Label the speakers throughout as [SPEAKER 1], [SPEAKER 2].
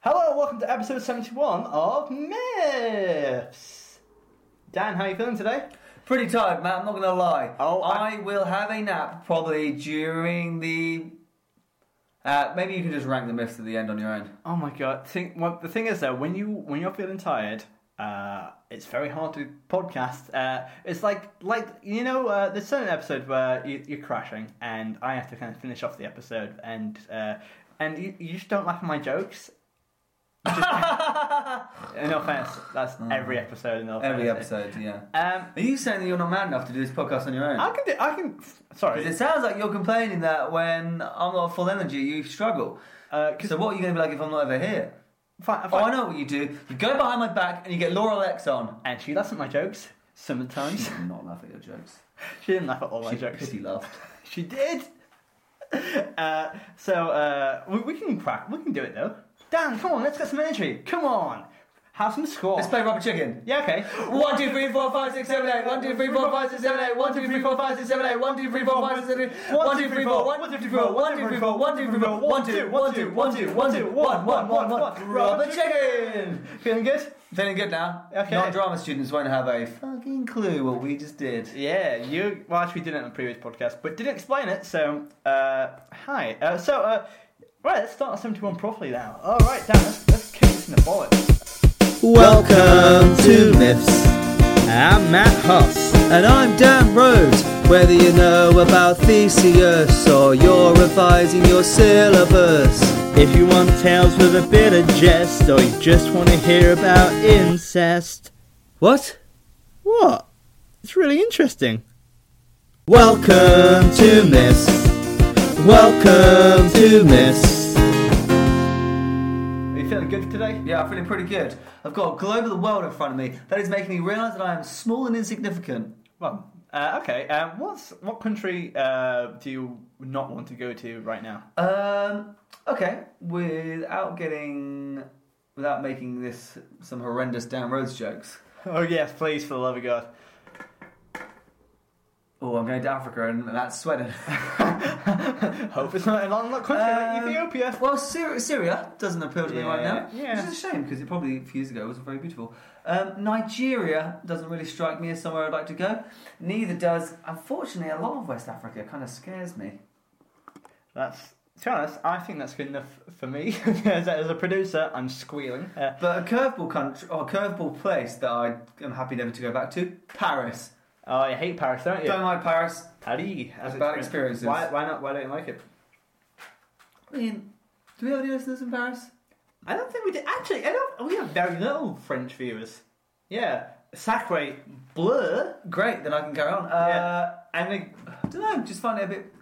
[SPEAKER 1] Hello, welcome to episode 71 of Myths. Dan, how are you feeling today?
[SPEAKER 2] Pretty tired, Matt. I'm not gonna lie.
[SPEAKER 1] Oh, I-
[SPEAKER 2] I, will have a nap probably during the. Uh, maybe you can just rank the myths at the end on your own.
[SPEAKER 1] Oh my god. Think, well, the thing is though, when you when you're feeling tired, uh, it's very hard to podcast. Uh, it's like like you know, uh, there's certain episode where you, you're crashing, and I have to kind of finish off the episode, and uh, and you, you just don't laugh at my jokes. You just- no offense, that's every episode. No offense.
[SPEAKER 2] Mm. Every episode, yeah.
[SPEAKER 1] Um,
[SPEAKER 2] Are you saying that you're not man enough to do this podcast on your own?
[SPEAKER 1] I can do. I can. Sorry.
[SPEAKER 2] 'Cause it sounds like you're complaining that when I'm not full energy, you struggle.
[SPEAKER 1] Uh, 'cause-
[SPEAKER 2] So what are you gonna be like if I'm not ever here?
[SPEAKER 1] Fine,
[SPEAKER 2] Oh,
[SPEAKER 1] fine.
[SPEAKER 2] I know what you do. You go behind my back and you get Laura Lex on.
[SPEAKER 1] And she laughs at my jokes
[SPEAKER 2] You
[SPEAKER 1] sometimes.
[SPEAKER 2] do not laugh at your jokes.
[SPEAKER 1] she didn't laugh at all my
[SPEAKER 2] She
[SPEAKER 1] jokes.
[SPEAKER 2] pity laughed.
[SPEAKER 1] She did. Uh, so uh, we, we can crack. We can do it though. Dan, come on, let's get some energy. Come on, have some score.
[SPEAKER 2] Let's play rubber chicken.
[SPEAKER 1] yeah, okay.
[SPEAKER 2] One, two, three, four, five, six, seven, eight. One, two, three, four, five, six, seven, eight. One, two, three, four, five, six, seven, eight. One, two, three, four, five, six, seven, eight. One, two, three, four. One, two, three, four. One, two, three, four. One, two, three, four. One, two, one, two, one, two, one, two, one, one, one, one. Rubber chicken.
[SPEAKER 1] Feeling good?
[SPEAKER 2] Feeling good now.
[SPEAKER 1] Okay.
[SPEAKER 2] Non-drama students won't have a fucking clue what we just did.
[SPEAKER 1] Yeah, you. Well, actually, did it on a previous podcast, but didn't explain it. So, uh, hi. Uh, so, uh, right, let's start at seventy-one properly now. All right, Dan, let's, let's kick this in the bollocks.
[SPEAKER 2] Welcome to Myths. I'm Matt Huss. And I'm Dan Rhodes. Whether you know about Theseus or you're revising your syllabus.
[SPEAKER 3] If you want tales with a bit of jest, or you just want to hear about incest,
[SPEAKER 2] What?
[SPEAKER 3] what? It's really interesting.
[SPEAKER 2] Welcome to Myths. Welcome to Myths.
[SPEAKER 1] Are you feeling good today?
[SPEAKER 2] Yeah, I'm feeling pretty good. I've got a globe of the world in front of me. That is making me realise that I am small and insignificant.
[SPEAKER 1] Well, uh, okay. Um, what's what country uh, do you not want to go to right now?
[SPEAKER 2] Um, okay, without getting. without making this some horrendous Dan Rhodes jokes.
[SPEAKER 1] Oh yes, please, for the love of God.
[SPEAKER 2] Oh, I'm going to Africa and that's Sweden.
[SPEAKER 1] Hope it's not in that country, like
[SPEAKER 2] Um,
[SPEAKER 1] Ethiopia.
[SPEAKER 2] Well, Syria, Syria doesn't appeal to me right now.
[SPEAKER 1] Yeah, yeah.
[SPEAKER 2] Which is a shame because it probably a few years ago was very beautiful. Um, Nigeria doesn't really strike me as somewhere I'd like to go. Neither does, unfortunately, a lot of West Africa. Kind of scares me.
[SPEAKER 1] That's to be honest. I think that's good enough for me. as, a, as a producer, I'm squealing. Uh,
[SPEAKER 2] But a curveball country or a curveball place that I am happy never to go back to, Paris.
[SPEAKER 1] oh, I hate Paris, don't you?
[SPEAKER 2] Don't like Paris.
[SPEAKER 1] Paris.
[SPEAKER 2] It's
[SPEAKER 1] As
[SPEAKER 2] bad experiences.
[SPEAKER 1] Why, why not? Why don't you like it?
[SPEAKER 2] I mean, do we have any listeners in Paris?
[SPEAKER 1] I don't think we did. Actually, I don't. We have very little French viewers. Yeah, Sacre bleu.
[SPEAKER 2] Great, then I can carry on. Uh, And I don't know, just find it a bit,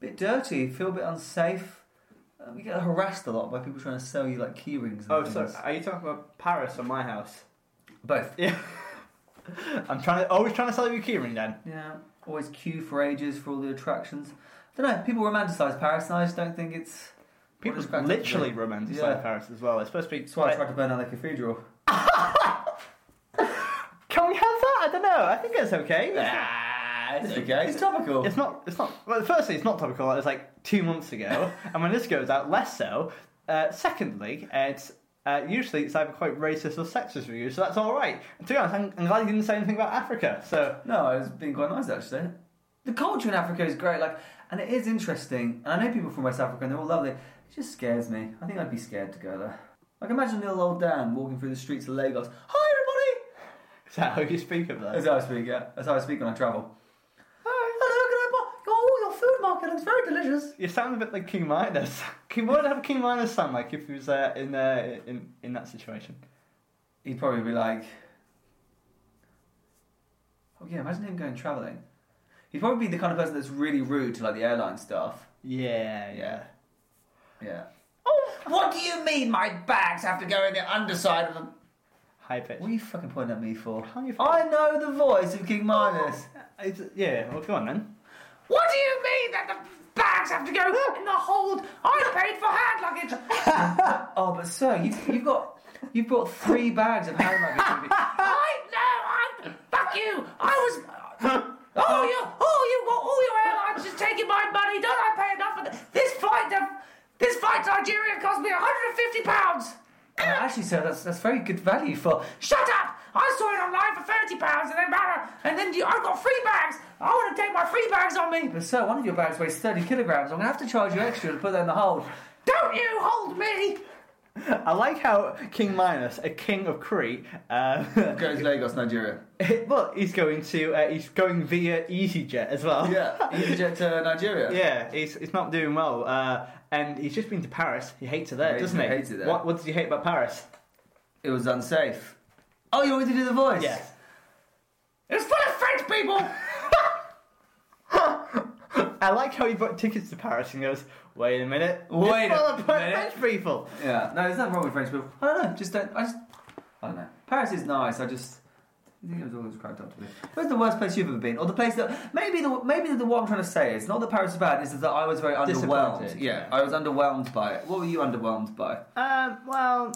[SPEAKER 2] bit dirty. Feel a bit unsafe. Uh, you get harassed a lot by people trying to sell you like key rings. And
[SPEAKER 1] Oh,
[SPEAKER 2] things.
[SPEAKER 1] so are you talking about Paris or my house?
[SPEAKER 2] both.
[SPEAKER 1] Yeah. I'm trying to always trying to sell you a keyring, Dan.
[SPEAKER 2] Yeah, always queue for ages for all the attractions. I don't know. People romanticize Paris, and I just don't think it's.
[SPEAKER 1] People
[SPEAKER 2] what it's practically-
[SPEAKER 1] literally romanticize
[SPEAKER 2] Yeah.
[SPEAKER 1] Paris as well. It's supposed to be.
[SPEAKER 2] That's why I
[SPEAKER 1] like-
[SPEAKER 2] tried to burn down the cathedral.
[SPEAKER 1] Can we have that? I don't know. I think it's okay.
[SPEAKER 2] Ah, it's okay. It's topical.
[SPEAKER 1] It's not. It's not. Well, firstly, it's not topical. It was like two months ago, and when this goes out, less so. Uh, secondly, it's uh, usually it's either quite racist or sexist reviews, so that's all right. And to be honest, I'm, I'm glad you didn't say anything about Africa. So
[SPEAKER 2] No, it's been quite nice actually. The culture in Africa is great, like, and it is interesting. And I know people from West Africa, and they're all lovely. It just scares me. I think I'd be scared to go there. Like, imagine little old Dan walking through the streets of Lagos. Hi,
[SPEAKER 1] is that how you speak of
[SPEAKER 2] everybody.
[SPEAKER 1] that?
[SPEAKER 2] That's how I speak. Yeah, that's how I speak when I travel. Hi. Hello, can I buy? Oh, your food market looks very delicious.
[SPEAKER 1] You sound a bit like King Midas. King, what would have King Midas sound like if he was uh, in, uh, in in that situation?
[SPEAKER 2] He'd probably be like, oh yeah, imagine him going traveling. He'd probably be the kind of person that's really rude to like the airline staff.
[SPEAKER 1] Yeah, yeah.
[SPEAKER 2] Yeah. What do you mean my bags have to go in the underside of them?
[SPEAKER 1] High pitch.
[SPEAKER 2] What are you fucking pointing at me for?
[SPEAKER 1] How you-
[SPEAKER 2] I know the voice of King Midas.
[SPEAKER 1] Uh, It's, yeah, well, go on then.
[SPEAKER 2] What do you mean that the bags have to go in the hold? I paid for hand luggage. oh, but sir, you've, you've got you've brought three bags of hand luggage. with you.
[SPEAKER 4] I know. I fuck you. I was. Oh, you! Oh, you! All your airlines just taking my money. Don't I pay enough for this? This flight to this flight to Nigeria cost me 150 pounds.
[SPEAKER 5] Oh, actually, sir, that's that's very good value for. Shut up! I saw it online for thirty pounds, and then blah, blah, and then you, I've got three bags. I want to take my three bags on me. But sir, one of your bags weighs thirty kilograms. I'm gonna have to charge you extra to put that in the hold. Don't you hold me?
[SPEAKER 1] I like how King Minos, a king of Crete, uh,
[SPEAKER 2] Goes Lagos, Nigeria.
[SPEAKER 1] well, he's going to uh, he's going via EasyJet as well.
[SPEAKER 2] Yeah, EasyJet to Nigeria.
[SPEAKER 1] Yeah, he's, he's not doing well. Uh, and he's just been to Paris. He hates it there,
[SPEAKER 2] Yeah,
[SPEAKER 1] doesn't
[SPEAKER 2] he
[SPEAKER 1] he?
[SPEAKER 2] hates it there.
[SPEAKER 1] What, what did you hate about Paris?
[SPEAKER 2] It was unsafe. Oh, you want me to do the voice?
[SPEAKER 1] Yes.
[SPEAKER 5] It's full of French people.
[SPEAKER 1] I like how he bought tickets to Paris and goes, wait a minute.
[SPEAKER 2] Wait
[SPEAKER 1] it's full
[SPEAKER 2] a
[SPEAKER 1] of
[SPEAKER 2] minute."
[SPEAKER 1] French people.
[SPEAKER 2] Yeah. No, there's nothing wrong with French people. I don't know. Just don't. I just. I don't know. Paris is nice. I just. I think it was always cracked up to be. Where's the worst place you've ever been, or the place that maybe the maybe the what I'm trying to say is not that Paris is bad. It's that I was very underwhelmed.
[SPEAKER 1] Disappointed.
[SPEAKER 2] Yeah, I was underwhelmed by it. What were you underwhelmed by?
[SPEAKER 1] Um, well,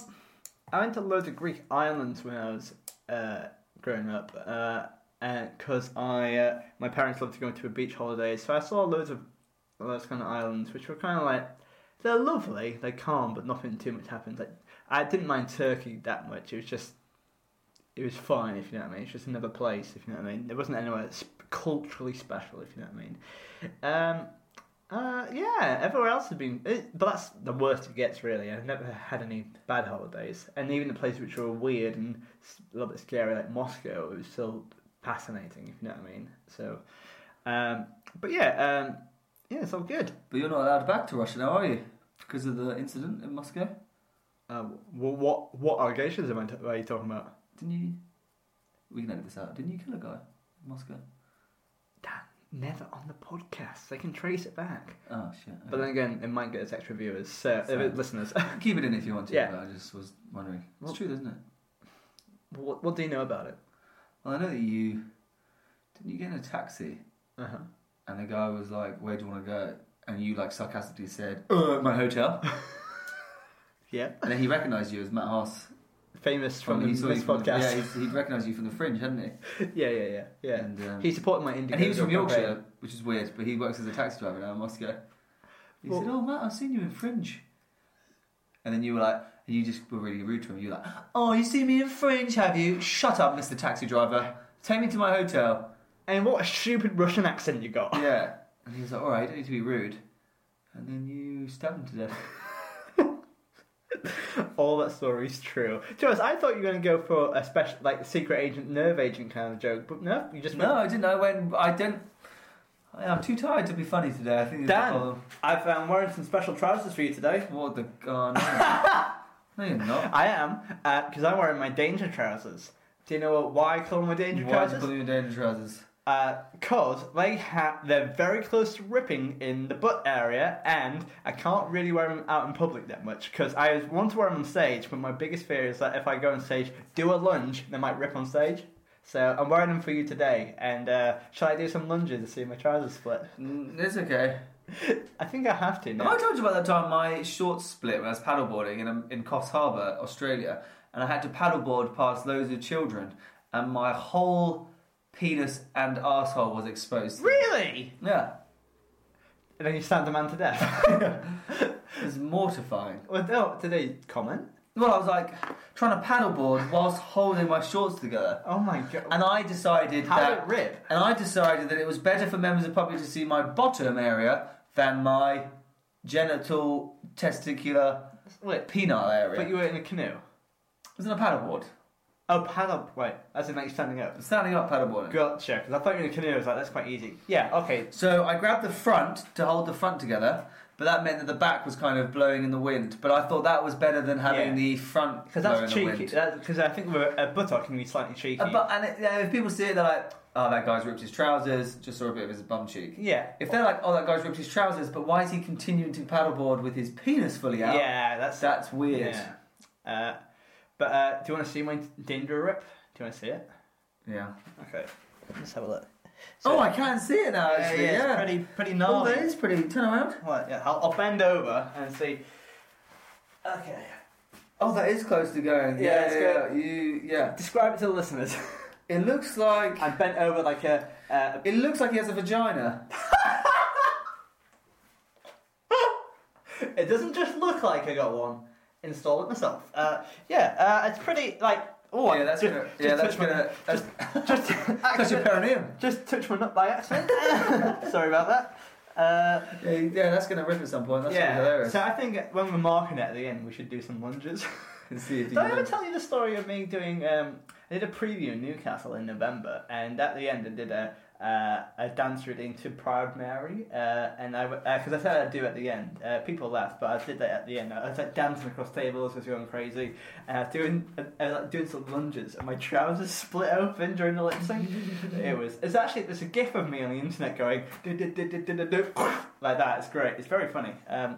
[SPEAKER 1] I went to loads of Greek islands when I was uh, growing up because I uh, my parents loved going to a beach holiday, so I saw loads of those kind of islands, which were kind of like they're lovely, they're calm, but nothing too much happens. Like I didn't mind Turkey that much; it was just it was fine, if you know what I mean. It's just another place, if you know what I mean. There wasn't anywhere sp- culturally special, if you know what I mean. Um, uh, yeah, everywhere else has been, it, but that's the worst it gets really. I've never had any bad holidays, and even the places which were weird and s- a little bit scary, like Moscow, it was still fascinating, if you know what I mean. So, um, but yeah, um, yeah, it's all good.
[SPEAKER 2] But you're not allowed back to Russia now, are you? Because of the incident in Moscow.
[SPEAKER 1] Uh, well, what what allegations am I t- are you talking about?
[SPEAKER 2] Didn't you? We can edit this out. Didn't you kill a guy in Moscow?
[SPEAKER 1] That never on the podcast. They can trace it back.
[SPEAKER 2] Oh shit.
[SPEAKER 1] But then again, it might get us extra viewers, so uh,
[SPEAKER 2] Fair.
[SPEAKER 1] listeners.
[SPEAKER 2] Keep it in if you want to.
[SPEAKER 1] Yeah.
[SPEAKER 2] But I just was wondering. It's
[SPEAKER 1] Well-
[SPEAKER 2] true, isn't it?
[SPEAKER 1] what, what do you know about it?
[SPEAKER 2] Well, I know that you didn't you get in a taxi
[SPEAKER 1] Uh huh.
[SPEAKER 2] and the guy was like, "Where do you want to go?" And you like sarcastically said, uh, "My hotel."
[SPEAKER 1] Yeah,
[SPEAKER 2] and then he recognised you as Matt Haas
[SPEAKER 1] famous from
[SPEAKER 2] he
[SPEAKER 1] this
[SPEAKER 2] saw you from the-
[SPEAKER 1] podcast.
[SPEAKER 2] yeah, he's- he recognised you from the Fringe, hadn't he?
[SPEAKER 1] Yeah, yeah, yeah, yeah.
[SPEAKER 2] And, um,
[SPEAKER 1] he supported my Indigo.
[SPEAKER 2] and he was from
[SPEAKER 1] campaign.
[SPEAKER 2] Yorkshire, which is weird. But he works as a taxi driver now in Moscow. He said,
[SPEAKER 1] Well-
[SPEAKER 2] "Oh, Matt, I've seen you in Fringe." And then you were like, and you just were really rude to him. You were like, "Oh, you see me in Fringe, have you? Shut up, Mister Taxi Driver. Take me to my hotel."
[SPEAKER 1] And what a stupid Russian accent you got!
[SPEAKER 2] Yeah. And he was like, alright, don't need to be rude. And then you stabbed him to death.
[SPEAKER 1] All that story is true. To us, I thought you were going to go for a special, like secret agent, nerve agent kind of joke, but no, you just
[SPEAKER 2] no, I didn't. I went, I didn't. I- I'm too tired to be funny today. I think that's the
[SPEAKER 1] Dan,
[SPEAKER 2] problem.
[SPEAKER 1] I've, I'm wearing some special trousers for you today.
[SPEAKER 2] What the. Oh, no. no, you're not.
[SPEAKER 1] I am because I'm wearing my danger trousers. Do you know what, why I call them my danger
[SPEAKER 2] Why did you
[SPEAKER 1] trousers?
[SPEAKER 2] put them in your daily trousers?
[SPEAKER 1] because Uh, they ha- they're very close to ripping in the butt area, and I can't really wear them out in public that much because I want to wear them on stage, but my biggest fear is that if I go on stage, do a lunge, they might rip on stage. So I'm wearing them for you today, and uh, shall I do some lunges to see my trousers split?
[SPEAKER 2] Mm, It's okay.
[SPEAKER 1] I think I have to
[SPEAKER 2] Have I
[SPEAKER 1] now.
[SPEAKER 2] told you about that time my shorts split when I was paddleboarding in, um, in Coffs Harbour, Australia, and I had to paddleboard past loads of children, and my whole penis and asshole was exposed.
[SPEAKER 1] Really?
[SPEAKER 2] Yeah.
[SPEAKER 1] And then you stab the man to death.
[SPEAKER 2] It was mortifying.
[SPEAKER 1] well, no, did they comment?
[SPEAKER 2] Well, I was like trying to paddleboard whilst holding my shorts together,
[SPEAKER 1] Oh my god.
[SPEAKER 2] and I decided
[SPEAKER 1] How did
[SPEAKER 2] that
[SPEAKER 1] it rip?
[SPEAKER 2] and I decided that it was better for members of public to see my bottom area than my genital, testicular,
[SPEAKER 1] Wait,
[SPEAKER 2] penile area.
[SPEAKER 1] but you were in a canoe.
[SPEAKER 2] it was in a paddleboard,
[SPEAKER 1] Oh, paddle. Wait, as in like standing up.
[SPEAKER 2] standing up paddleboarding.
[SPEAKER 1] Gotcha, because I thought you were in a canoe. I was like, that's quite easy. Yeah, okay.
[SPEAKER 2] So I grabbed the front to hold the front together, but that meant that the back was kind of blowing in the wind. But I thought that was better than having
[SPEAKER 1] Yeah.
[SPEAKER 2] the front
[SPEAKER 1] Because
[SPEAKER 2] blow in
[SPEAKER 1] that's
[SPEAKER 2] the
[SPEAKER 1] cheeky.
[SPEAKER 2] wind.
[SPEAKER 1] Because I think we're, a buttock can be slightly cheeky.
[SPEAKER 2] Uh, But and it, yeah, if people see it, they're like, "Oh, that guy's ripped his trousers. Just saw a bit of his bum cheek."
[SPEAKER 1] yeah.
[SPEAKER 2] If they're like, "Oh, that guy's ripped his trousers," but why is he continuing to paddleboard with his penis fully out?
[SPEAKER 1] yeah, that's
[SPEAKER 2] that's weird.
[SPEAKER 1] Yeah. Uh, but uh, do you want to see my danger rip? Do you want to see it?
[SPEAKER 2] Yeah.
[SPEAKER 1] Okay. Let's have a look.
[SPEAKER 2] oh, I can see it now.
[SPEAKER 1] Yeah,
[SPEAKER 2] Actually,
[SPEAKER 1] yeah,
[SPEAKER 2] yeah.
[SPEAKER 1] it's pretty, pretty
[SPEAKER 2] Oh,
[SPEAKER 1] gnarly.
[SPEAKER 2] that is pretty. Turn around.
[SPEAKER 1] Well, yeah, I'll, I'll bend over and see. Okay.
[SPEAKER 2] Oh, that is close to going.
[SPEAKER 1] Yeah, it's
[SPEAKER 2] yeah, yeah.
[SPEAKER 1] good.
[SPEAKER 2] You, yeah.
[SPEAKER 1] Describe it to the listeners.
[SPEAKER 2] It looks like
[SPEAKER 1] I'm bent over like a. Uh,
[SPEAKER 2] it looks like he has a vagina.
[SPEAKER 1] it doesn't just look like I got one. install it myself. Uh, yeah, uh, it's pretty like. Oh, I
[SPEAKER 2] Yeah, that's
[SPEAKER 1] just,
[SPEAKER 2] gonna.
[SPEAKER 1] just
[SPEAKER 2] Yeah, that's
[SPEAKER 1] touched my-
[SPEAKER 2] gonna. That's,
[SPEAKER 1] Just,
[SPEAKER 2] that's your
[SPEAKER 1] accident-
[SPEAKER 2] perineum.
[SPEAKER 1] just touch one up by accident. Sorry about that. Uh,
[SPEAKER 2] Yeah, yeah, that's gonna rip at some point. That's gonna be
[SPEAKER 1] yeah,
[SPEAKER 2] hilarious.
[SPEAKER 1] so I think when we're marking it at the end, we should do some lunges.
[SPEAKER 2] And see if you
[SPEAKER 1] Did I
[SPEAKER 2] can-
[SPEAKER 1] ever tell you the story of me doing? Um, I did a preview in Newcastle in November, and at the end I did a uh, a dance reading to Proud Mary, uh, and I because I said I'd do at the end. Uh, people laughed, but I did that at the end. I was like dancing across tables, I was going crazy, and I was doing uh, I was, like, doing some lunges, and my trousers split open during the lip sync. it was it's actually there's a gif of me on the internet going "Do, do, do, do, do, do, do," like that. It's great. It's very funny. Um,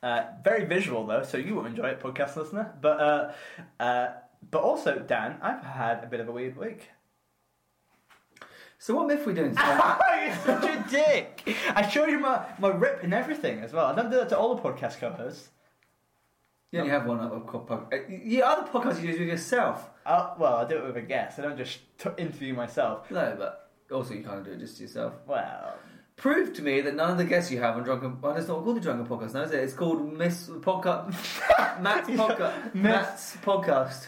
[SPEAKER 1] uh, very visual though, so you will enjoy it, podcast listener. But uh, uh, but also, Dan, I've had a bit of a weird week.
[SPEAKER 2] So what myth we doing?
[SPEAKER 1] Ah,
[SPEAKER 2] today?
[SPEAKER 1] You're such a dick. I showed you my, my rip and everything as well. I don't do that to all the podcast co-hosts.
[SPEAKER 2] you only have one other podcast. Yeah, other podcast you do with yourself.
[SPEAKER 1] I, Uh, well, I do it with a guest. I don't just t- interview myself.
[SPEAKER 2] No, but also you kind of do it just to yourself.
[SPEAKER 1] Well,
[SPEAKER 2] Prove to me that none of the guests you have on Drunken. Oh, it's not called the Drunken Podcast. No, is it? It's called Miss Podcast. Matt's Podcast.
[SPEAKER 1] Miss-
[SPEAKER 2] Matt's Podcast.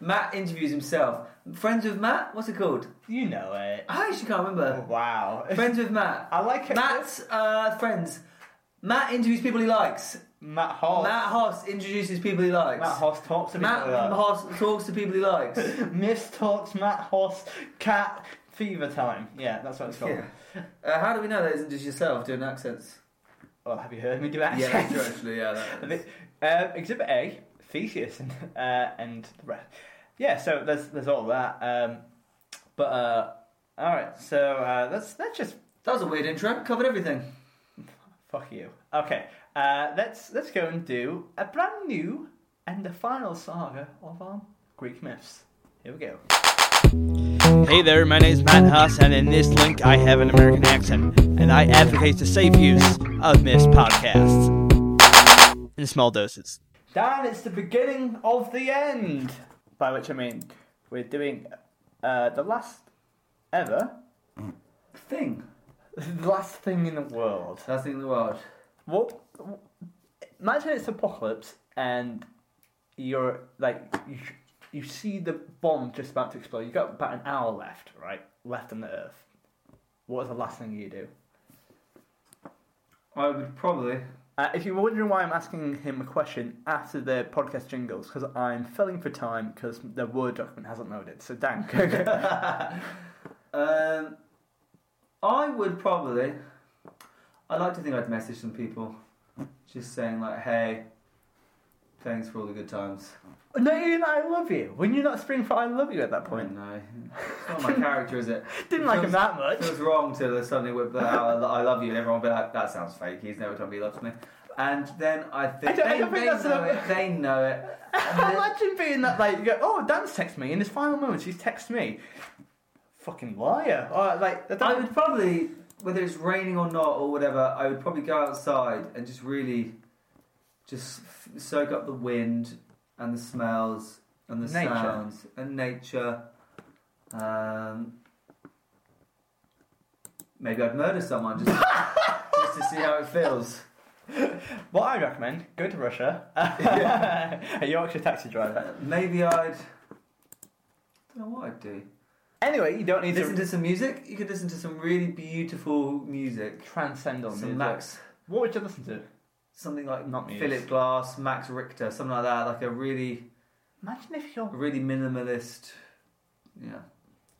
[SPEAKER 2] Matt interviews himself. Friends with Matt. What's it called?
[SPEAKER 1] you know it.
[SPEAKER 2] I actually can't remember.
[SPEAKER 1] Wow.
[SPEAKER 2] Friends with Matt.
[SPEAKER 1] I like it.
[SPEAKER 2] Matt's uh, friends. Matt interviews people he likes.
[SPEAKER 1] Matt Hoss.
[SPEAKER 2] Matt Hoss introduces people he likes.
[SPEAKER 1] Matt Hoss talks to
[SPEAKER 2] Matt
[SPEAKER 1] people. like that.
[SPEAKER 2] Hoss talks to people he likes.
[SPEAKER 1] Miss talks. Matt Hoss. Cat fever time. Yeah, that's what it's called.
[SPEAKER 2] Yeah. Uh, how do we know that isn't just yourself doing accents?
[SPEAKER 1] Well, have you heard me do
[SPEAKER 2] Yeah,
[SPEAKER 1] accents?
[SPEAKER 2] that's actually, yeah. That is.
[SPEAKER 1] Uh, exhibit A, Theseus, and uh, and the rest. Yeah, so there's there's all that. Um, but uh, all right, so uh, let's let's just
[SPEAKER 2] That was a weird intro. Covered everything.
[SPEAKER 1] fuck you. Okay, uh, let's let's go and do a brand new and the final saga of our Greek myths. Here we go.
[SPEAKER 6] Hey there, my name's Matt Haas, and in this link, I have an American accent, and I advocate the safe use of missed podcasts in small doses.
[SPEAKER 1] Dan, it's the beginning of the end. By which I mean we're doing uh, the last ever,
[SPEAKER 2] Thing.
[SPEAKER 1] the last thing in the world.
[SPEAKER 2] Last thing in the world.
[SPEAKER 1] What? Imagine it's apocalypse and you're like you, you see the bomb just about to explode. You have got about an hour left, right? Left on the Earth. What is the last thing you do?
[SPEAKER 2] I would probably.
[SPEAKER 1] Uh, if you're wondering why I'm asking him a question after the podcast jingles, because I'm filling for time because the Word document hasn't loaded. So, Dan, go- go.
[SPEAKER 2] Um, I would probably. I like to think I'd message some people, just saying like, "Hey, thanks for all the good times."
[SPEAKER 1] no, you're not, I love you. When you're not screaming for I love you at that
[SPEAKER 2] I
[SPEAKER 1] point,
[SPEAKER 2] don't know. It's not my character, is it?
[SPEAKER 1] didn't like him
[SPEAKER 2] Feels-
[SPEAKER 1] that much.
[SPEAKER 2] Feels wrong to suddenly whip that out. I love you, and everyone will be like, "That sounds fake. He's never told me he loves me." And then I think
[SPEAKER 1] I don't- I
[SPEAKER 2] they,
[SPEAKER 1] don't think
[SPEAKER 2] they
[SPEAKER 1] that's
[SPEAKER 2] know
[SPEAKER 1] enough.
[SPEAKER 2] it. They know it. And then-
[SPEAKER 1] Imagine being that like you go, oh, Dan's texted me in his final moments. He's texted me, fucking liar. Or, like I
[SPEAKER 2] I
[SPEAKER 1] don't,
[SPEAKER 2] would probably, whether it's raining or not or whatever, I would probably go outside and just really, just f- soak up the wind and the smells and the
[SPEAKER 1] Nature.
[SPEAKER 2] sounds and nature. Um, maybe I'd murder someone just, just to see how it feels.
[SPEAKER 1] what I recommend: go to Russia, a Yorkshire taxi driver.
[SPEAKER 2] Maybe I'd. I don't know what I'd do.
[SPEAKER 1] Anyway, you don't need
[SPEAKER 2] Listen
[SPEAKER 1] to
[SPEAKER 2] to some music. You could listen to some really beautiful music.
[SPEAKER 1] transcend on
[SPEAKER 2] Some
[SPEAKER 1] music.
[SPEAKER 2] Max
[SPEAKER 1] What would you listen to?
[SPEAKER 2] something like
[SPEAKER 1] Not Muse.
[SPEAKER 2] Philip Glass, Max Richter, something like that, like a really,
[SPEAKER 1] Imagine if
[SPEAKER 2] a
[SPEAKER 1] you're.
[SPEAKER 2] really minimalist. Yeah,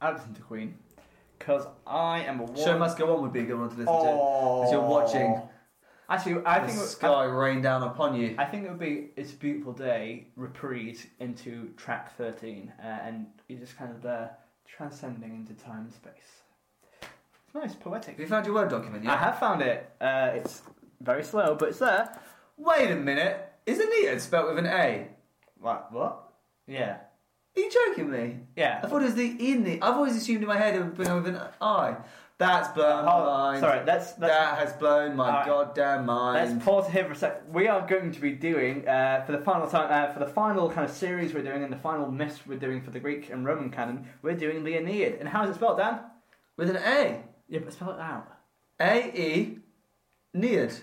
[SPEAKER 1] I listen to Queen, because I am a.
[SPEAKER 2] show must go on would be a good one to listen
[SPEAKER 1] Oh.
[SPEAKER 2] to as you're watching.
[SPEAKER 1] Actually, I
[SPEAKER 2] The
[SPEAKER 1] think.
[SPEAKER 2] sky rain down upon you.
[SPEAKER 1] I think it would be "It's a Beautiful Day" reprise into track thirteen, uh, and you're just kind of there, transcending into time and space. It's nice, poetic.
[SPEAKER 2] Have you found your word document
[SPEAKER 1] I
[SPEAKER 2] yet?
[SPEAKER 1] have found it. Uh, it's very slow, but it's there.
[SPEAKER 2] Wait a minute, isn't it spelled with an A?
[SPEAKER 1] What? What? Yeah,
[SPEAKER 2] Are you joking me?
[SPEAKER 1] yeah.
[SPEAKER 2] I thought it was the in the. I've always assumed in my head it would be with an I. That's blown my
[SPEAKER 1] Oh,
[SPEAKER 2] mind.
[SPEAKER 1] sorry, that's that's.
[SPEAKER 2] That has blown my
[SPEAKER 1] Alright.
[SPEAKER 2] goddamn mind.
[SPEAKER 1] Let's pause here for a sec. We are going to be doing uh, for the final time uh, for the final kind of series we're doing and the final myth we're doing for the Greek and Roman canon. We're doing the Aeneid, and how is it spelled, Dan?
[SPEAKER 2] with an A.
[SPEAKER 1] Yeah, but spell it out.
[SPEAKER 2] A E. Neared.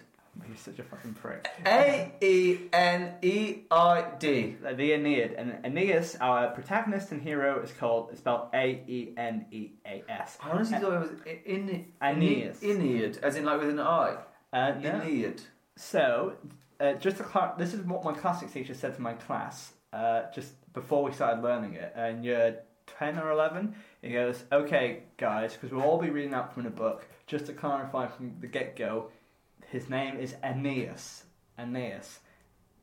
[SPEAKER 1] He's such a fucking prick.
[SPEAKER 2] A E N E I D.
[SPEAKER 1] Uh, The Aeneid. And Aeneas, our protagonist and hero, is called, is spelled A E N E A S.
[SPEAKER 2] I honestly thought it was I- in
[SPEAKER 1] Aeneas.
[SPEAKER 2] Aeneid, as in like with an I.
[SPEAKER 1] Uh, no.
[SPEAKER 2] Aeneid.
[SPEAKER 1] So, uh, just to clar- this is what my classics teacher said to my class uh, just before we started learning it. And year 10 or 11, he goes, Okay, guys, because we'll all be reading out from the book, just to clarify from the get go, his name is Aeneas. Aeneas.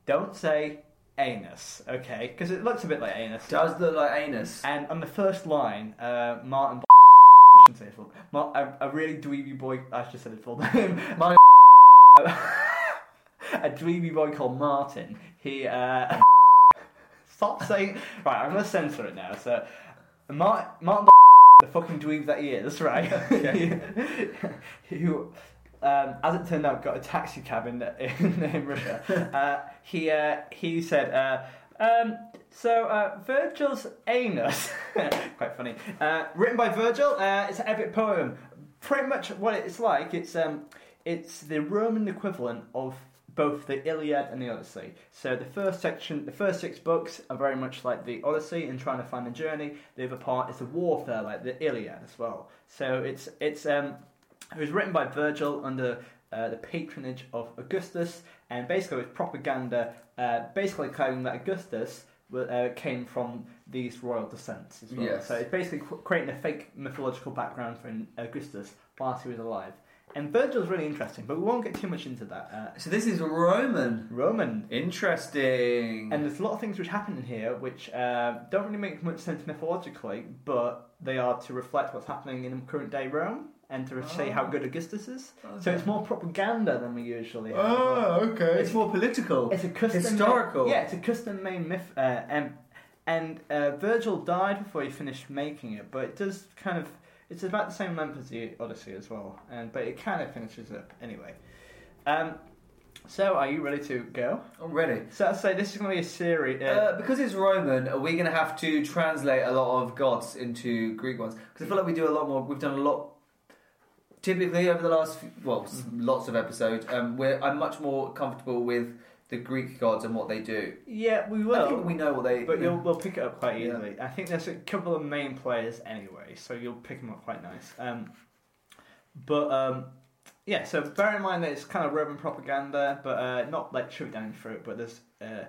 [SPEAKER 1] Don't say anus, okay? Because it looks a bit like anus.
[SPEAKER 2] Does look like anus.
[SPEAKER 1] And on the first line, uh, Martin. B- I shouldn't say his full. Mar- a, a really dweeby boy. I just said his full name.
[SPEAKER 2] Martin
[SPEAKER 1] a dweeby boy called Martin. He. Uh, stop saying. Right, I'm gonna censor it now. So, Martin. Martin B- the fucking dweeb that he is, right? Who, um, as it turned out, got a taxi cab in, in, in Russia. Uh, he uh, he said, uh, um, so uh, Virgil's Anus, quite funny, uh, written by Virgil. Uh, it's an epic poem. Pretty much what it's like. It's um, it's the Roman equivalent of both the Iliad and the Odyssey. So the first section, the first six books are very much like the Odyssey and trying to find the journey. The other part is the warfare, like the Iliad as well. So it's it's um, it was written by Virgil under uh, the patronage of Augustus, and basically it was propaganda, uh, basically claiming that Augustus. wa- Uh, came from these royal descents as well.
[SPEAKER 2] Yes.
[SPEAKER 1] So it's basically qu- creating a fake mythological background for Augustus whilst he was alive. And Virgil's really interesting, but we won't get too much into that. Uh,
[SPEAKER 2] So this is Roman.
[SPEAKER 1] Roman.
[SPEAKER 2] Interesting.
[SPEAKER 1] And there's a lot of things which happen in here which uh, don't really make much sense mythologically, but they are to reflect what's happening in current day Rome and to say how good Augustus is. So it's more propaganda than we usually have.
[SPEAKER 2] Oh. okay. It's more political.
[SPEAKER 1] It's a custom
[SPEAKER 2] Historical.
[SPEAKER 1] yeah, it's a custom made myth, uh, and and uh, Virgil died before he finished making it, but it does kind of. It's about the same length as the Odyssey as well, and but it kind of finishes up anyway. Um, so are you ready to go?
[SPEAKER 2] Already.
[SPEAKER 1] So I say this is going to be a series. Uh,
[SPEAKER 2] Uh, because it's Roman, are we going to have to translate a lot of gods into Greek ones? Because I feel like we do a lot more. We've done a lot. Typically, over the last few, well, s lots of episodes, um, we're, I'm much more comfortable with the Greek gods and what they do.
[SPEAKER 1] yeah, we
[SPEAKER 2] I think
[SPEAKER 1] will.
[SPEAKER 2] we know what they.
[SPEAKER 1] But you'll, we'll pick it up quite
[SPEAKER 2] Yeah.
[SPEAKER 1] easily. I think there's a couple of main players anyway, so you'll pick them up quite nice. Um, but um, yeah, so bear in mind that it's kind of Roman propaganda, but uh, not like straight down your throat. But there's uh,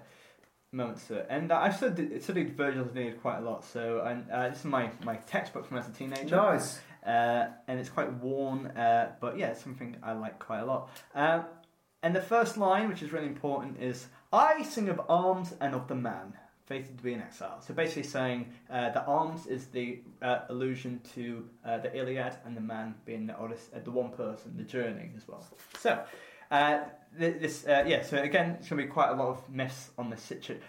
[SPEAKER 1] moments to it, and I've studied, studied Virgil's Aeneid quite a lot. So and uh, this is my my textbook from as a teenager
[SPEAKER 2] nice.
[SPEAKER 1] uh, and it's quite worn, uh, but yeah, it's something I like quite a lot. Um, and the first line, which is really important, is I sing of arms and of the man fated to be in exile. So basically saying uh, the arms is the uh, allusion to uh, the Iliad and the man being the, Odyssey, uh, the one person, the journey as well. So uh, th- this, uh, yeah, so again, it's going to be quite a lot of myths on this situ-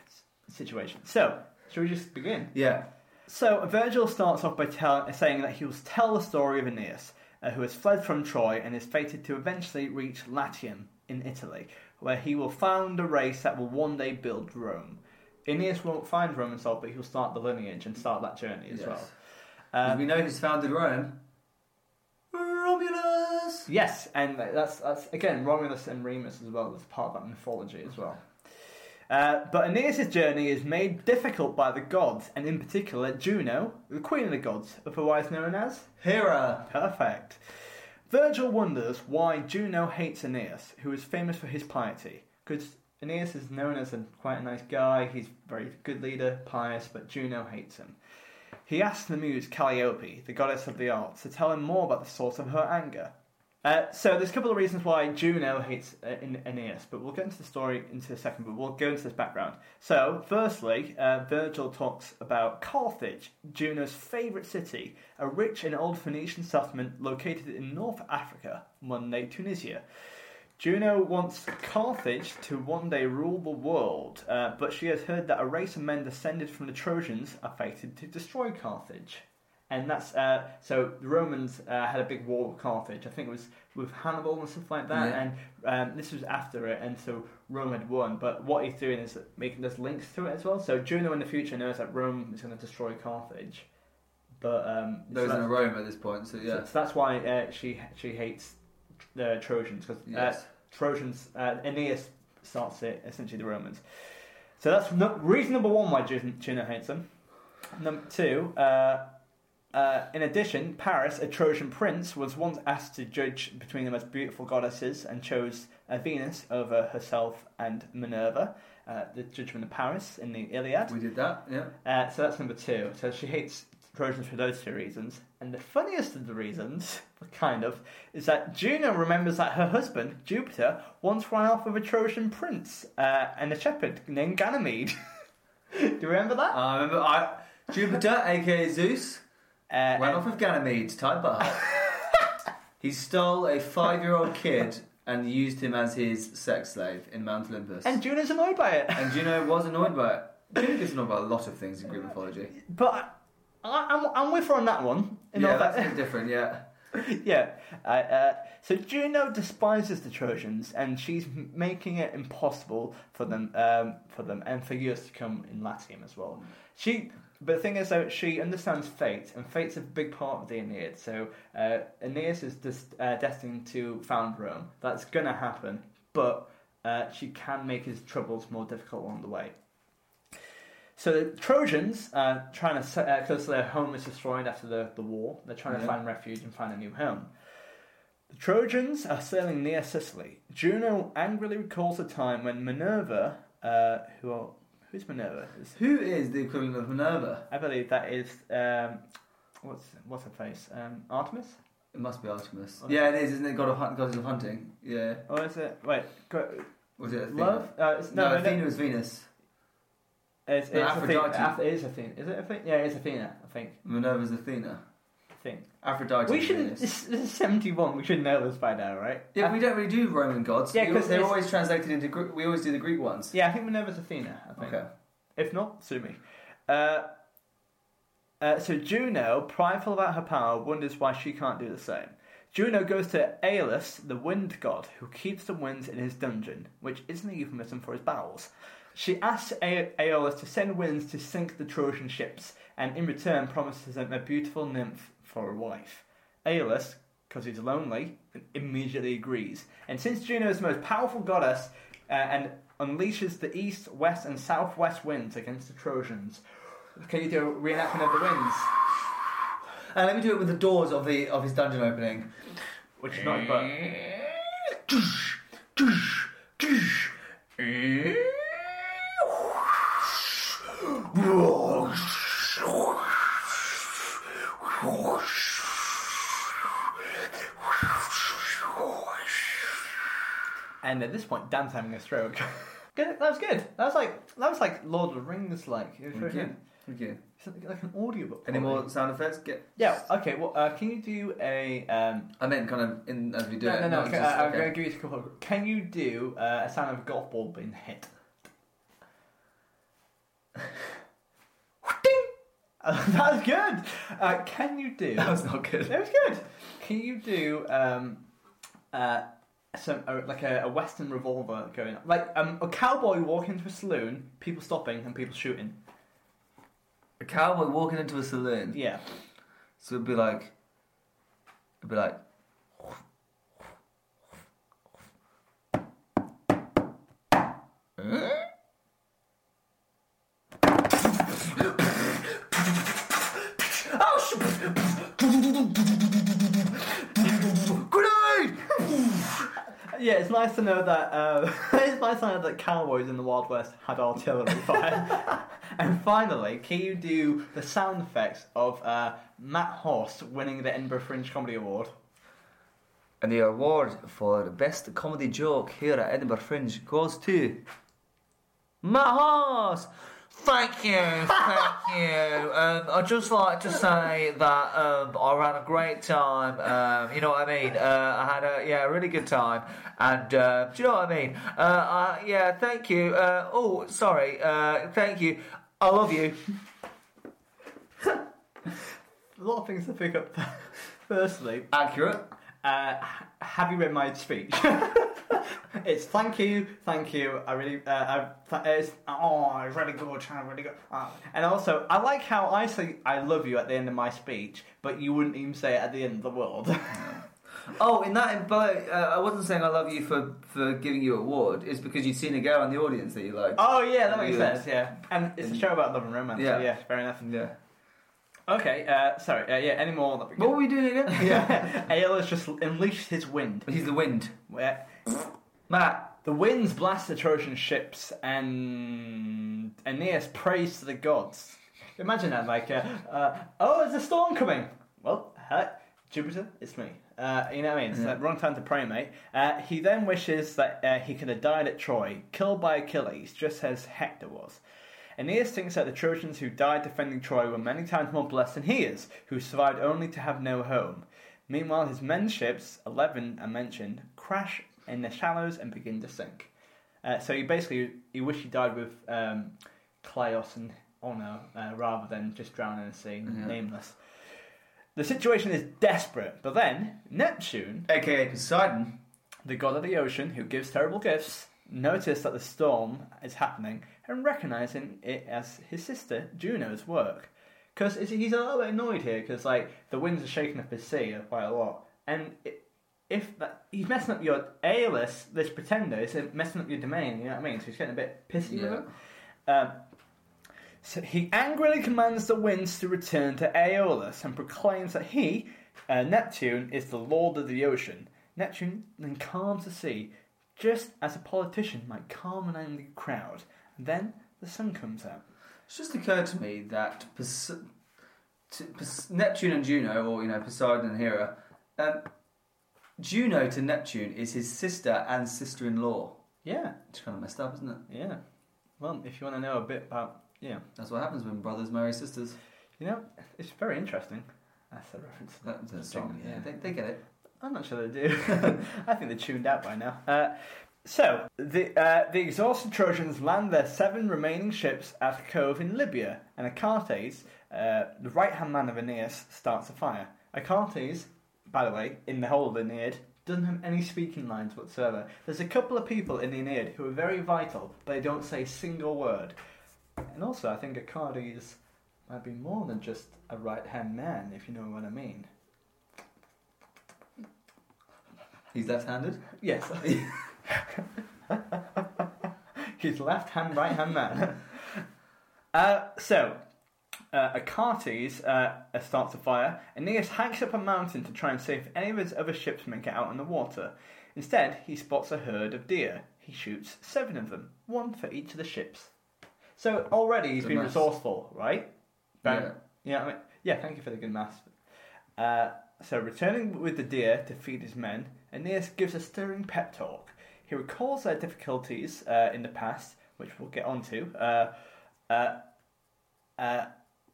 [SPEAKER 1] situation. So, shall we just begin?
[SPEAKER 2] Yeah.
[SPEAKER 1] So Virgil starts off by tell- saying that he will tell the story of Aeneas, uh, who has fled from Troy and is fated to eventually reach Latium in Italy, where he will found a race that will one day build Rome. Aeneas won't find Rome himself, but he'll start the lineage and start that journey as
[SPEAKER 2] Yes.
[SPEAKER 1] well. Uh,
[SPEAKER 2] 'Cause we know who's founded Rome. Romulus.
[SPEAKER 1] Yes, and that's that's again Romulus and Remus as well. That's part of that mythology as well. Uh, but Aeneas' journey is made difficult by the gods, and in particular Juno, the queen of the gods, otherwise known as
[SPEAKER 2] Hera.
[SPEAKER 1] Perfect. Virgil wonders why Juno hates Aeneas, who is famous for his piety. Because Aeneas is known as a quite a nice guy, he's a very good leader, pious, but Juno hates him. He asks the muse Calliope, the goddess of the arts, to tell him more about the source of her anger. Uh, so there's a couple of reasons why Juno hates uh, Aen- Aeneas, but we'll get into the story into a second. But we'll go into this background. So, firstly, uh, Virgil talks about Carthage, Juno's favourite city, a rich and old Phoenician settlement located in North Africa, modern day Tunisia. Juno wants Carthage to one day rule the world, uh, but she has heard that a race of men descended from the Trojans are fated to destroy Carthage. And that's uh, so the Romans uh, had a big war with Carthage. I think it was with Hannibal and stuff like that.
[SPEAKER 2] Yeah.
[SPEAKER 1] And um, this was after it, and so Rome had won. But what he's doing is making those links to it as well. So Juno in the future knows that Rome is going to destroy Carthage, but um,
[SPEAKER 2] There
[SPEAKER 1] so
[SPEAKER 2] isn't
[SPEAKER 1] that's-
[SPEAKER 2] a Rome at this point, so yeah.
[SPEAKER 1] so that's why uh, she she hates the Trojans because
[SPEAKER 2] Yes.
[SPEAKER 1] Trojans, uh, Aeneas starts it, essentially the Romans. So that's no, reason number one why Jin- Juno hates them. Number two, uh, uh, in addition, Paris, a Trojan prince, was once asked to judge between the most beautiful goddesses and chose uh, Venus over herself and Minerva, uh, the judgment of Paris in the Iliad.
[SPEAKER 2] We did that, yeah.
[SPEAKER 1] Uh, so that's number two. So she hates Trojans for those two reasons. And the funniest of the reasons, kind of, is that Juno remembers that her husband, Jupiter, once ran off with a Trojan prince uh, and a shepherd named Ganymede. Do you remember that?
[SPEAKER 2] I remember I, Jupiter, aka Zeus,
[SPEAKER 1] Uh,
[SPEAKER 2] went off with Ganymede, tied by heart. he stole a five year old kid and used him as his sex slave in Mount Olympus.
[SPEAKER 1] and Juno's annoyed by it.
[SPEAKER 2] And Juno was annoyed by it. Juno gets annoyed by a lot of things in Greek mythology.
[SPEAKER 1] But I, I'm, I'm with her on that one. In
[SPEAKER 2] yeah,
[SPEAKER 1] all
[SPEAKER 2] that's a
[SPEAKER 1] fact-
[SPEAKER 2] bit different, yeah.
[SPEAKER 1] yeah. Uh, uh, so Juno despises the Trojans, and she's m- making it impossible for them, um, for them, and for years to come in Latium as well. She, but the thing is, though, she understands fate, and fate's a big part of the Aeneid. So uh, Aeneas is des- uh, destined to found Rome. That's gonna happen, but uh, she can make his troubles more difficult along the way. So the Trojans, uh, trying to se- uh, because their home is destroyed after the, the war, they're trying to
[SPEAKER 2] Yeah.
[SPEAKER 1] find refuge and find a new home. The Trojans are sailing near Sicily. Juno angrily recalls the time when Minerva, uh, who are, who's Minerva? Is-
[SPEAKER 2] Who is the equivalent of Minerva?
[SPEAKER 1] I believe that is um, what's what's her face? Um, Artemis,
[SPEAKER 2] It must be Artemis. Yeah, it is, isn't it? God of hun- goddess of hunting. Yeah.
[SPEAKER 1] or is it? Wait, go-
[SPEAKER 2] Was it Athena?
[SPEAKER 1] love? Uh, it's,
[SPEAKER 2] No,
[SPEAKER 1] no, no,
[SPEAKER 2] Athena
[SPEAKER 1] no.
[SPEAKER 2] was Venus.
[SPEAKER 1] It's, it's
[SPEAKER 2] no,
[SPEAKER 1] Athena.
[SPEAKER 2] Aphrodite.
[SPEAKER 1] Ath- It is Athena. Is it Athena? Yeah, it's Athena. I think.
[SPEAKER 2] Minerva's Athena.
[SPEAKER 1] I think.
[SPEAKER 2] Aphrodite.
[SPEAKER 1] We
[SPEAKER 2] was
[SPEAKER 1] should.
[SPEAKER 2] Venus.
[SPEAKER 1] This, this is seventy-one. We should know this by now, right?
[SPEAKER 2] Yeah, we don't really do Roman gods.
[SPEAKER 1] Yeah,
[SPEAKER 2] We
[SPEAKER 1] 'cause
[SPEAKER 2] al- they're
[SPEAKER 1] it's-
[SPEAKER 2] always translated into Greek. We always do the Greek ones.
[SPEAKER 1] Yeah, I think Minerva's Athena. I think.
[SPEAKER 2] Okay.
[SPEAKER 1] If not, sue me. Uh, uh, so Juno, prideful about her power, wonders why she can't do the same. Juno goes to Aeolus, the wind god, who keeps the winds in his dungeon, which isn't a euphemism for his bowels. She asks A- Aeolus to send winds to sink the Trojan ships, and in return promises him a beautiful nymph for a wife. Aeolus, because he's lonely, immediately agrees. And since Juno is the most powerful goddess uh, and unleashes the east, west, and southwest winds against the Trojans, can you do a reenactment of the winds?
[SPEAKER 2] And Uh, let me do it with the doors of the of his dungeon opening.
[SPEAKER 1] Which is not, but And at this point, Dan's having a stroke. good, that was good. That was like that was like Lord of the Rings, like it was very
[SPEAKER 2] Thank you.
[SPEAKER 1] good.
[SPEAKER 2] Thank you.
[SPEAKER 1] It's like, like an audiobook.
[SPEAKER 2] Any
[SPEAKER 1] probably.
[SPEAKER 2] more sound effects? Get.
[SPEAKER 1] Yeah. Okay. Well, uh, can you do a? Um,
[SPEAKER 2] I meant kind of in as we do
[SPEAKER 1] no,
[SPEAKER 2] it.
[SPEAKER 1] no, no.
[SPEAKER 2] not
[SPEAKER 1] okay, uh,
[SPEAKER 2] just-
[SPEAKER 1] I, I'm
[SPEAKER 2] okay.
[SPEAKER 1] going to give you a couple. Of, can you do uh, a sound of a golf ball being hit? Ding! Uh, that was good. Uh, can you do?
[SPEAKER 2] That was not good.
[SPEAKER 1] That was good. Can you do um, uh, some uh, like a, a western revolver going up, like um, a cowboy walking into a saloon, people stopping and people shooting?
[SPEAKER 2] A cowboy walking into a saloon.
[SPEAKER 1] Yeah.
[SPEAKER 2] So it'd be like, it'd be like, grenade.
[SPEAKER 1] Yeah, it's nice to know that. Uh, it's nice to know that cowboys in the Wild West had artillery fire. and finally, can you do the sound effects of uh, Matt Horst winning the Edinburgh Fringe Comedy Award?
[SPEAKER 2] And the award for best comedy joke here at Edinburgh Fringe goes to my horse. Thank you, thank you. Um, I'd just like to say that um, I had a great time. Um, you know what I mean? Uh, I had a yeah, a really good time. And uh, do you know what I mean? Uh, I, yeah, thank you. Uh, oh, sorry. Uh, thank you. I love you.
[SPEAKER 1] A lot of things to pick up. Firstly,
[SPEAKER 2] Accurate.
[SPEAKER 1] uh, h- have you read my speech? it's thank you, thank you. I really, uh, I, th- it's oh, it's really good, uh, really good. Uh, and also, I like how I say I love you at the end of my speech, but you wouldn't even say it at the end of the world.
[SPEAKER 2] Oh, in that, but uh, I wasn't saying I love you for, for giving you an award. It's because you'd seen a girl in the audience that you liked.
[SPEAKER 1] Oh yeah, that makes
[SPEAKER 2] Yeah.
[SPEAKER 1] sense. Yeah, and it's a show about love and romance. Yeah,
[SPEAKER 2] Yeah.
[SPEAKER 1] so yeah, fair enough.
[SPEAKER 2] Yeah.
[SPEAKER 1] Okay, uh, sorry. Uh, yeah, any more? That'd be
[SPEAKER 2] What
[SPEAKER 1] good.
[SPEAKER 2] were we doing again?
[SPEAKER 1] Yeah, Ayla's just unleashed his wind.
[SPEAKER 2] He's the wind.
[SPEAKER 1] Where
[SPEAKER 2] Matt.
[SPEAKER 1] the winds blast the Trojan ships, and Aeneas prays to the gods. Imagine that, like, uh, uh, oh, there's a storm coming. Well, uh, Jupiter, it's me. Uh, you know what I mean? It's the wrong time to pray, mate. Uh, he then wishes that uh, he could have died at Troy, killed by Achilles, just as Hector was. Aeneas thinks that the Trojans who died defending Troy were many times more blessed than he is, who survived only to have no home. Meanwhile, his men's ships, 11 are mentioned, crash in the shallows and begin to sink. Uh, so he basically, he wished he died with um, Kleos and Honor uh, rather than just drowning and sea, nameless. The situation is desperate, but then Neptune,
[SPEAKER 2] AKA Poseidon.
[SPEAKER 1] the god of the ocean who gives terrible gifts, noticed that the storm is happening and recognizing it as his sister Juno's work. Because he's a little bit annoyed here because like the winds are shaking up his sea quite a lot, and i if that, he's messing up your Aeolus, this pretender, is messing up your domain. You know what I mean? So he's getting a bit pissy with
[SPEAKER 2] Yeah.
[SPEAKER 1] him. Um, so he angrily commands the winds to return to Aeolus and proclaims that he, uh, Neptune, is the lord of the ocean. Neptune then calms the sea, just as a politician might calm an angry crowd. then the sun comes out.
[SPEAKER 2] It's just occurred to me that Pos- to, Pos- Neptune and Juno, or you know Poseidon and Hera, um, Juno to Neptune is his sister and sister-in-law.
[SPEAKER 1] Yeah,
[SPEAKER 2] It's kind of messed up, isn't it?
[SPEAKER 1] yeah. Well, if you want to know a bit about, yeah,
[SPEAKER 2] That's what happens when brothers marry sisters.
[SPEAKER 1] you know, it's very interesting. That's the reference.
[SPEAKER 2] That's a song. Yeah,
[SPEAKER 1] Yeah.
[SPEAKER 2] They, they get it.
[SPEAKER 1] I'm not sure they do. I think they're tuned out by now. Uh, so, the, uh, the exhausted Trojans land their seven remaining ships at a cove in Libya, and Acartes, uh, the right hand man of Aeneas, starts a fire. Acartes, by the way, in the whole of the Aeneid, doesn't have any speaking lines whatsoever. There's a couple of people in the Aeneid who are very vital, but they don't say a single word. And also, I think Acartes might be more than just a right hand man, if you know what I mean.
[SPEAKER 2] He's left-handed.
[SPEAKER 1] Yes. He's left hand, right hand man. uh, so, uh, Acartes uh, starts a fire. Aeneas hikes up a mountain to try and see if any of his other ships make it out on the water. Instead, he spots a herd of deer. He shoots seven of them, one for each of the ships. So already he's
[SPEAKER 2] Good
[SPEAKER 1] been
[SPEAKER 2] maths.
[SPEAKER 1] resourceful, right?
[SPEAKER 2] Yeah.
[SPEAKER 1] Yeah, I mean, yeah. Thank you for the good maths. Uh, so, returning with the deer to feed his men, Aeneas gives a stirring pep talk. He recalls their difficulties uh, in the past, which we'll get onto. Uh, uh, uh,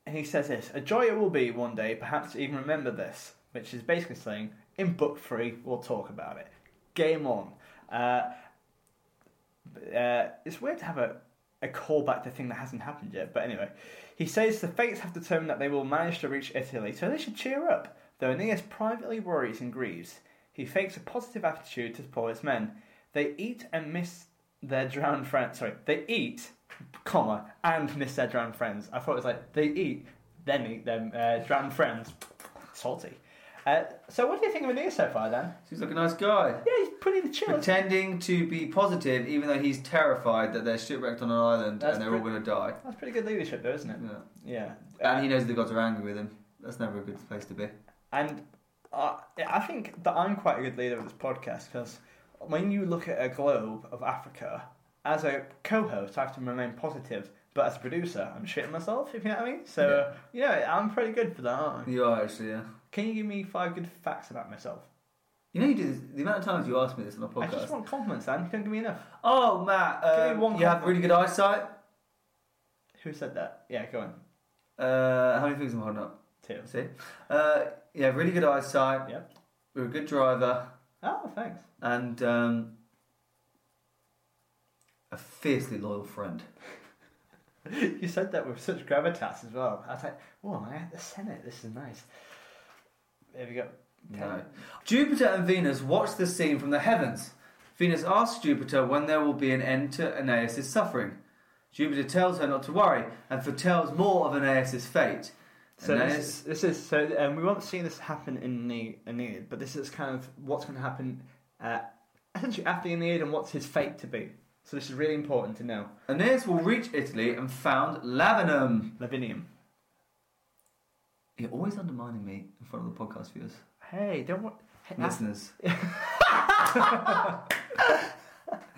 [SPEAKER 1] and he says this A joy it will be one day, perhaps to even remember this, which is basically saying, in book three, we'll talk about it. Game on. Uh, uh, it's weird to have a, a callback to a thing that hasn't happened yet, but anyway. He says the fates have determined that they will manage to reach Italy, so they should cheer up, though Aeneas privately worries and grieves. He fakes a positive attitude to support his men. They eat and miss their drowned friends. Sorry, they eat, comma, and miss their drowned friends. I thought it was like, they eat, then eat their uh, drowned friends. Salty. Uh, so what do you think of Aeneas so far, then?
[SPEAKER 2] Seems like a nice guy.
[SPEAKER 1] Yeah, he's pretty chill.
[SPEAKER 2] Pretending to be positive, even though he's terrified that they're shipwrecked on an island
[SPEAKER 1] That's
[SPEAKER 2] and they're all
[SPEAKER 1] pretty-
[SPEAKER 2] going to die.
[SPEAKER 1] That's pretty good leadership, though, isn't it?
[SPEAKER 2] Yeah.
[SPEAKER 1] Yeah.
[SPEAKER 2] And he knows the gods are angry with him. That's never a good place to be.
[SPEAKER 1] And uh, I think that I'm quite a good leader of this podcast because when you look at a globe of Africa, as a co host, I have to remain positive, but as a producer, I'm shitting myself, if you know what I mean? So, you know, I'm pretty good for that, aren't I?
[SPEAKER 2] You are actually, yeah.
[SPEAKER 1] Can you give me five good facts about myself?
[SPEAKER 2] You know, you do this, the amount of times you ask me this on a
[SPEAKER 1] I
[SPEAKER 2] podcast.
[SPEAKER 1] just want compliments, Dan. You don't give me enough.
[SPEAKER 2] Oh, Matt,
[SPEAKER 1] Give
[SPEAKER 2] um,
[SPEAKER 1] me one
[SPEAKER 2] you have
[SPEAKER 1] compliment.
[SPEAKER 2] really good eyesight.
[SPEAKER 1] Who said that? Yeah, go on.
[SPEAKER 2] Uh, how many fingers am I holding up?
[SPEAKER 1] Two.
[SPEAKER 2] See? Uh, you have really good eyesight.
[SPEAKER 1] Yep.
[SPEAKER 2] You're a good driver
[SPEAKER 1] Oh, thanks.
[SPEAKER 2] and um, a fiercely loyal friend.
[SPEAKER 1] you said that with such gravitas as well. I was like, oh, I at the Senate. This is nice. There we go.
[SPEAKER 2] No. Jupiter and Venus watch the scene from the heavens. Venus asks Jupiter when there will be an end to Aeneas' suffering. Jupiter tells her not to worry and foretells more of Aeneas' fate.
[SPEAKER 1] So
[SPEAKER 2] And then
[SPEAKER 1] this, this is so um, we won't see this happen in the Aeneid, but this is kind of what's going to happen uh, essentially after the Aeneid and what's his fate to be. So this is really important to know.
[SPEAKER 2] Aeneas will reach Italy and found Lavinum.
[SPEAKER 1] Lavinium.
[SPEAKER 2] You're always undermining me in front of the podcast viewers,
[SPEAKER 1] Hey, don't want. Hey, that's,
[SPEAKER 2] listeners.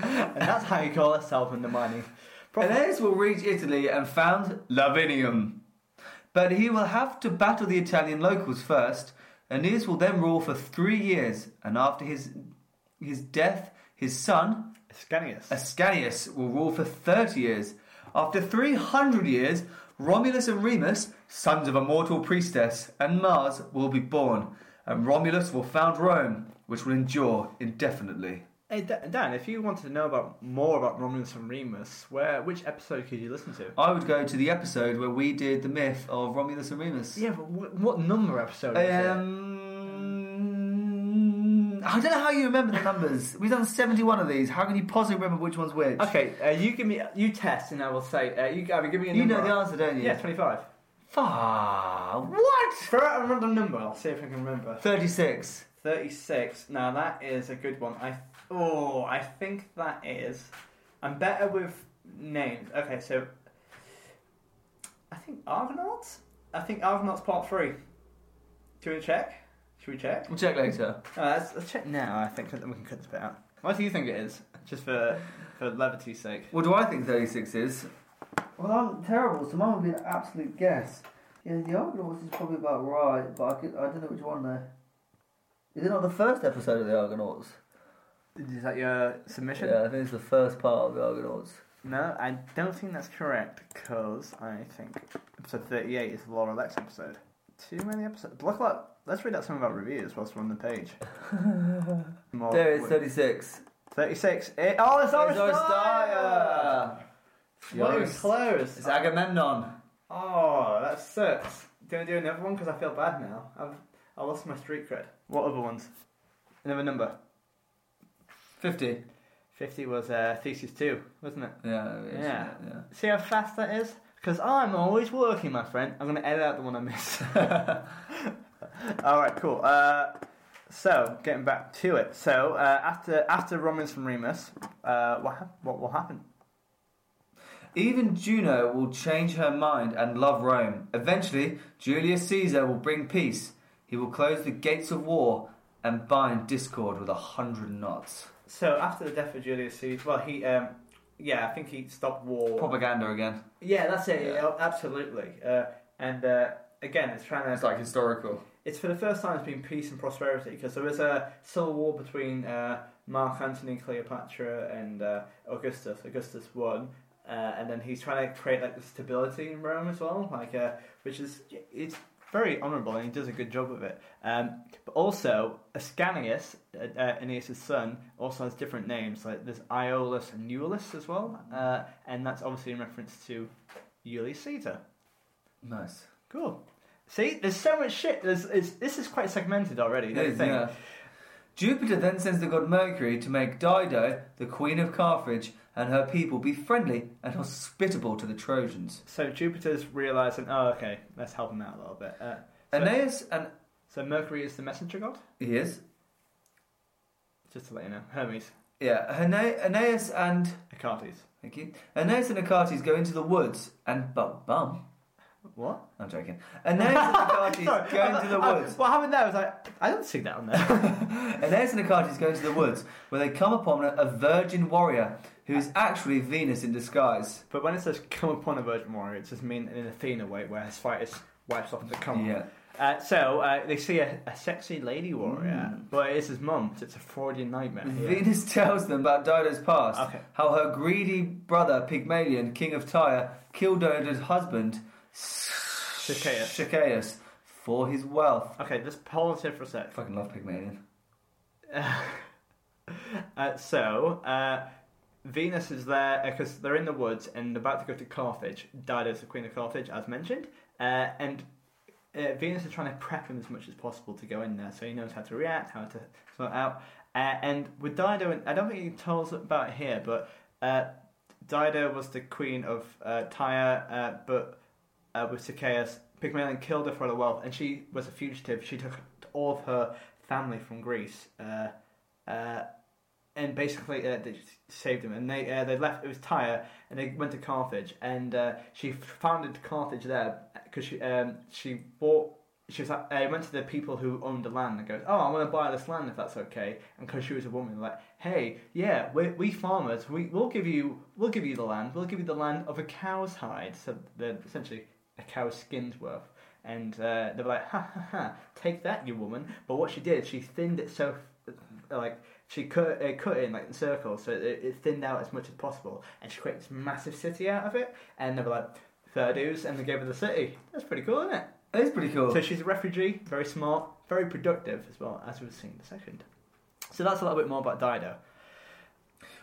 [SPEAKER 1] and that's how you call yourself undermining. Proper-
[SPEAKER 2] Aeneas will reach Italy and found Lavinium. But he will have to battle the Italian locals first. Aeneas will then rule for three years, and after his, his death, his son,
[SPEAKER 1] Ascanius.
[SPEAKER 2] Ascanius, will rule for 30 years. After 300 years, Romulus and Remus, sons of a mortal priestess, and Mars will be born, and Romulus will found Rome, which will endure indefinitely.
[SPEAKER 1] Hey, Da- Dan, if you wanted to know about more about Romulus and Remus, where which episode could you listen to?
[SPEAKER 2] I would go to the episode where we did the myth of Romulus and Remus.
[SPEAKER 1] Yeah, but what, what number episode? is it?
[SPEAKER 2] Um, I don't know how you remember the numbers. We've done 71 of these. How can you possibly remember which one's which?
[SPEAKER 1] Okay, uh, you give me you test, and I will say uh, you Gabby, give me a
[SPEAKER 2] You
[SPEAKER 1] number.
[SPEAKER 2] know the answer, don't you?
[SPEAKER 1] Yeah, twenty-five.
[SPEAKER 2] Fuck. What?
[SPEAKER 1] Throw out a random number. I'll see if I can remember.
[SPEAKER 2] 36.
[SPEAKER 1] Thirty-six. Now that is a good one. I oh, I think that is. I'm better with names. Okay, so I think Argonauts. I think Argonauts Part Three. Should we check? Should we check?
[SPEAKER 2] We'll check later.
[SPEAKER 1] Uh, let's, let's check now. I think and then we can cut this bit out. What do you think it is? Just for for levity's sake.
[SPEAKER 2] What do I think 36 is?
[SPEAKER 7] Well, I'm terrible, so mine would be an absolute guess. Yeah, the Argonauts is probably about right, but I, could, I don't know which one though.
[SPEAKER 2] Is it not the first episode of the Argonauts?
[SPEAKER 1] Is that your submission?
[SPEAKER 2] Yeah, I think it's the first part of the Argonauts.
[SPEAKER 1] No, I don't think that's correct because I think episode 38 is the Laura Lex episode. Too many episodes. Look, like, let's read out some of our reviews whilst we're on the page. More-
[SPEAKER 2] There is 36.
[SPEAKER 1] 36. It, oh, it's
[SPEAKER 2] It's
[SPEAKER 1] Aristide!
[SPEAKER 2] Aristide.
[SPEAKER 1] Well, it was
[SPEAKER 2] Yes.
[SPEAKER 1] close.
[SPEAKER 2] It's Agamemnon.
[SPEAKER 1] Oh, that sucks. Gonna do another one because I feel bad now. I've I lost my street cred. What other ones? Another number.
[SPEAKER 2] 50.
[SPEAKER 1] 50 was uh, Thesis 2, wasn't it?
[SPEAKER 2] Yeah, it is,
[SPEAKER 1] Yeah.
[SPEAKER 2] yeah.
[SPEAKER 1] See how fast that is? Because I'm always working, my friend. I'm going to edit out the one I missed. All right, cool. Uh, so, getting back to it. So, uh, after after Romans from Remus, uh, what, hap- what will happen?
[SPEAKER 2] Even Juno will change her mind and love Rome. Eventually, Julius Caesar will bring peace. He will close the gates of war and bind discord with a hundred knots.
[SPEAKER 1] So, after the death of Julius Caesar, well, he, um, yeah, I think he stopped war.
[SPEAKER 2] Propaganda again.
[SPEAKER 1] Yeah, that's it.
[SPEAKER 2] Yeah.
[SPEAKER 1] yeah, absolutely. Uh, and uh, again, it's trying to.
[SPEAKER 2] It's like historical.
[SPEAKER 1] it's for the first time it's been peace and prosperity because there was a civil war between uh, Mark Antony and Cleopatra and uh, Augustus. Augustus won, uh, and then he's trying to create like the stability in Rome as well, like uh, which is it's very honourable and he does a good job of it. Um, but also Ascanius, uh, uh, Aeneas' son, also has different names like there's Iolus and Eulus as well, uh, and that's obviously in reference to Julius Caesar.
[SPEAKER 2] Nice.
[SPEAKER 1] Cool. See, there's so much shit. There's, it's, this is quite segmented already. Don't you think?
[SPEAKER 2] Yeah. Jupiter then sends the god Mercury to make Dido, the queen of Carthage, and her people be friendly and hospitable to the Trojans.
[SPEAKER 1] So Jupiter's realizing, oh, okay, let's help him out a little bit. Uh, so,
[SPEAKER 2] Aeneas and
[SPEAKER 1] so Mercury is the messenger god.
[SPEAKER 2] he is
[SPEAKER 1] Just to let you know, Hermes,
[SPEAKER 2] yeah Aene- Aeneas and
[SPEAKER 1] Acartes.
[SPEAKER 2] Thank you. Aeneas and Acartes go into the woods and bum bum.
[SPEAKER 1] What?
[SPEAKER 2] I'm joking. Aeneas and Acartes go into the woods.
[SPEAKER 1] what happened there? I was like, I don't see that on there.
[SPEAKER 2] Aeneas and Acartes go into the woods where they come upon a, a virgin warrior who is actually Venus in disguise.
[SPEAKER 1] but when it says come upon a virgin warrior, it just means in an Athena way, where his fighters wipes off the come. on.
[SPEAKER 2] Yeah.
[SPEAKER 1] Uh, so uh, they see a, a sexy lady warrior,
[SPEAKER 2] Mm.
[SPEAKER 1] but it's his mum. So it's a Freudian nightmare. here.
[SPEAKER 2] Venus tells them about Dido's past,
[SPEAKER 1] Okay.
[SPEAKER 2] how her greedy brother Pygmalion, king of Tyre, killed Dido's husband
[SPEAKER 1] Sichaeus.
[SPEAKER 2] Sichaeus for his wealth.
[SPEAKER 1] Okay, just pause here for a sec.
[SPEAKER 2] I fucking love Pygmalion.
[SPEAKER 1] Uh, so, uh, Venus is there because they're in the woods and about to go to Carthage. Dido's the queen of Carthage, as mentioned, uh, and uh, Venus is trying to prep him as much as possible to go in there, so he knows how to react, how to sort out. Uh, and with Dido, and I don't think he tells about it here, but uh, Dido was the queen of uh, Tyre, uh, but uh, with Sichaeus, Pygmalion killed her for her wealth, and she was a fugitive. She took all of her family from Greece, uh, uh, and basically uh, they just saved them. And they uh, they left. It was Tyre, and they went to Carthage, and uh, she founded Carthage there because she um, she bought. She was like, I went to the people who owned the land and goes, "Oh, I want to buy this land if that's okay." And because she was a woman, like, "Hey, yeah, we, we farmers, we will give you we'll give you the land. We'll give you the land of a cow's hide, so they're essentially a cow's skin's worth." And uh, they were like, "Ha ha ha, take that, you woman!" But what she did, she thinned it so like she cut it cut it in like in circles, so it, it thinned out as much as possible, and she created this massive city out of it. And they were like, "Thirdos," and they gave her the city. That's pretty cool, isn't it?
[SPEAKER 2] It is pretty cool.
[SPEAKER 1] So she's a refugee, very smart, very productive as well, as we've seen in the second. So that's a little bit more about Dido.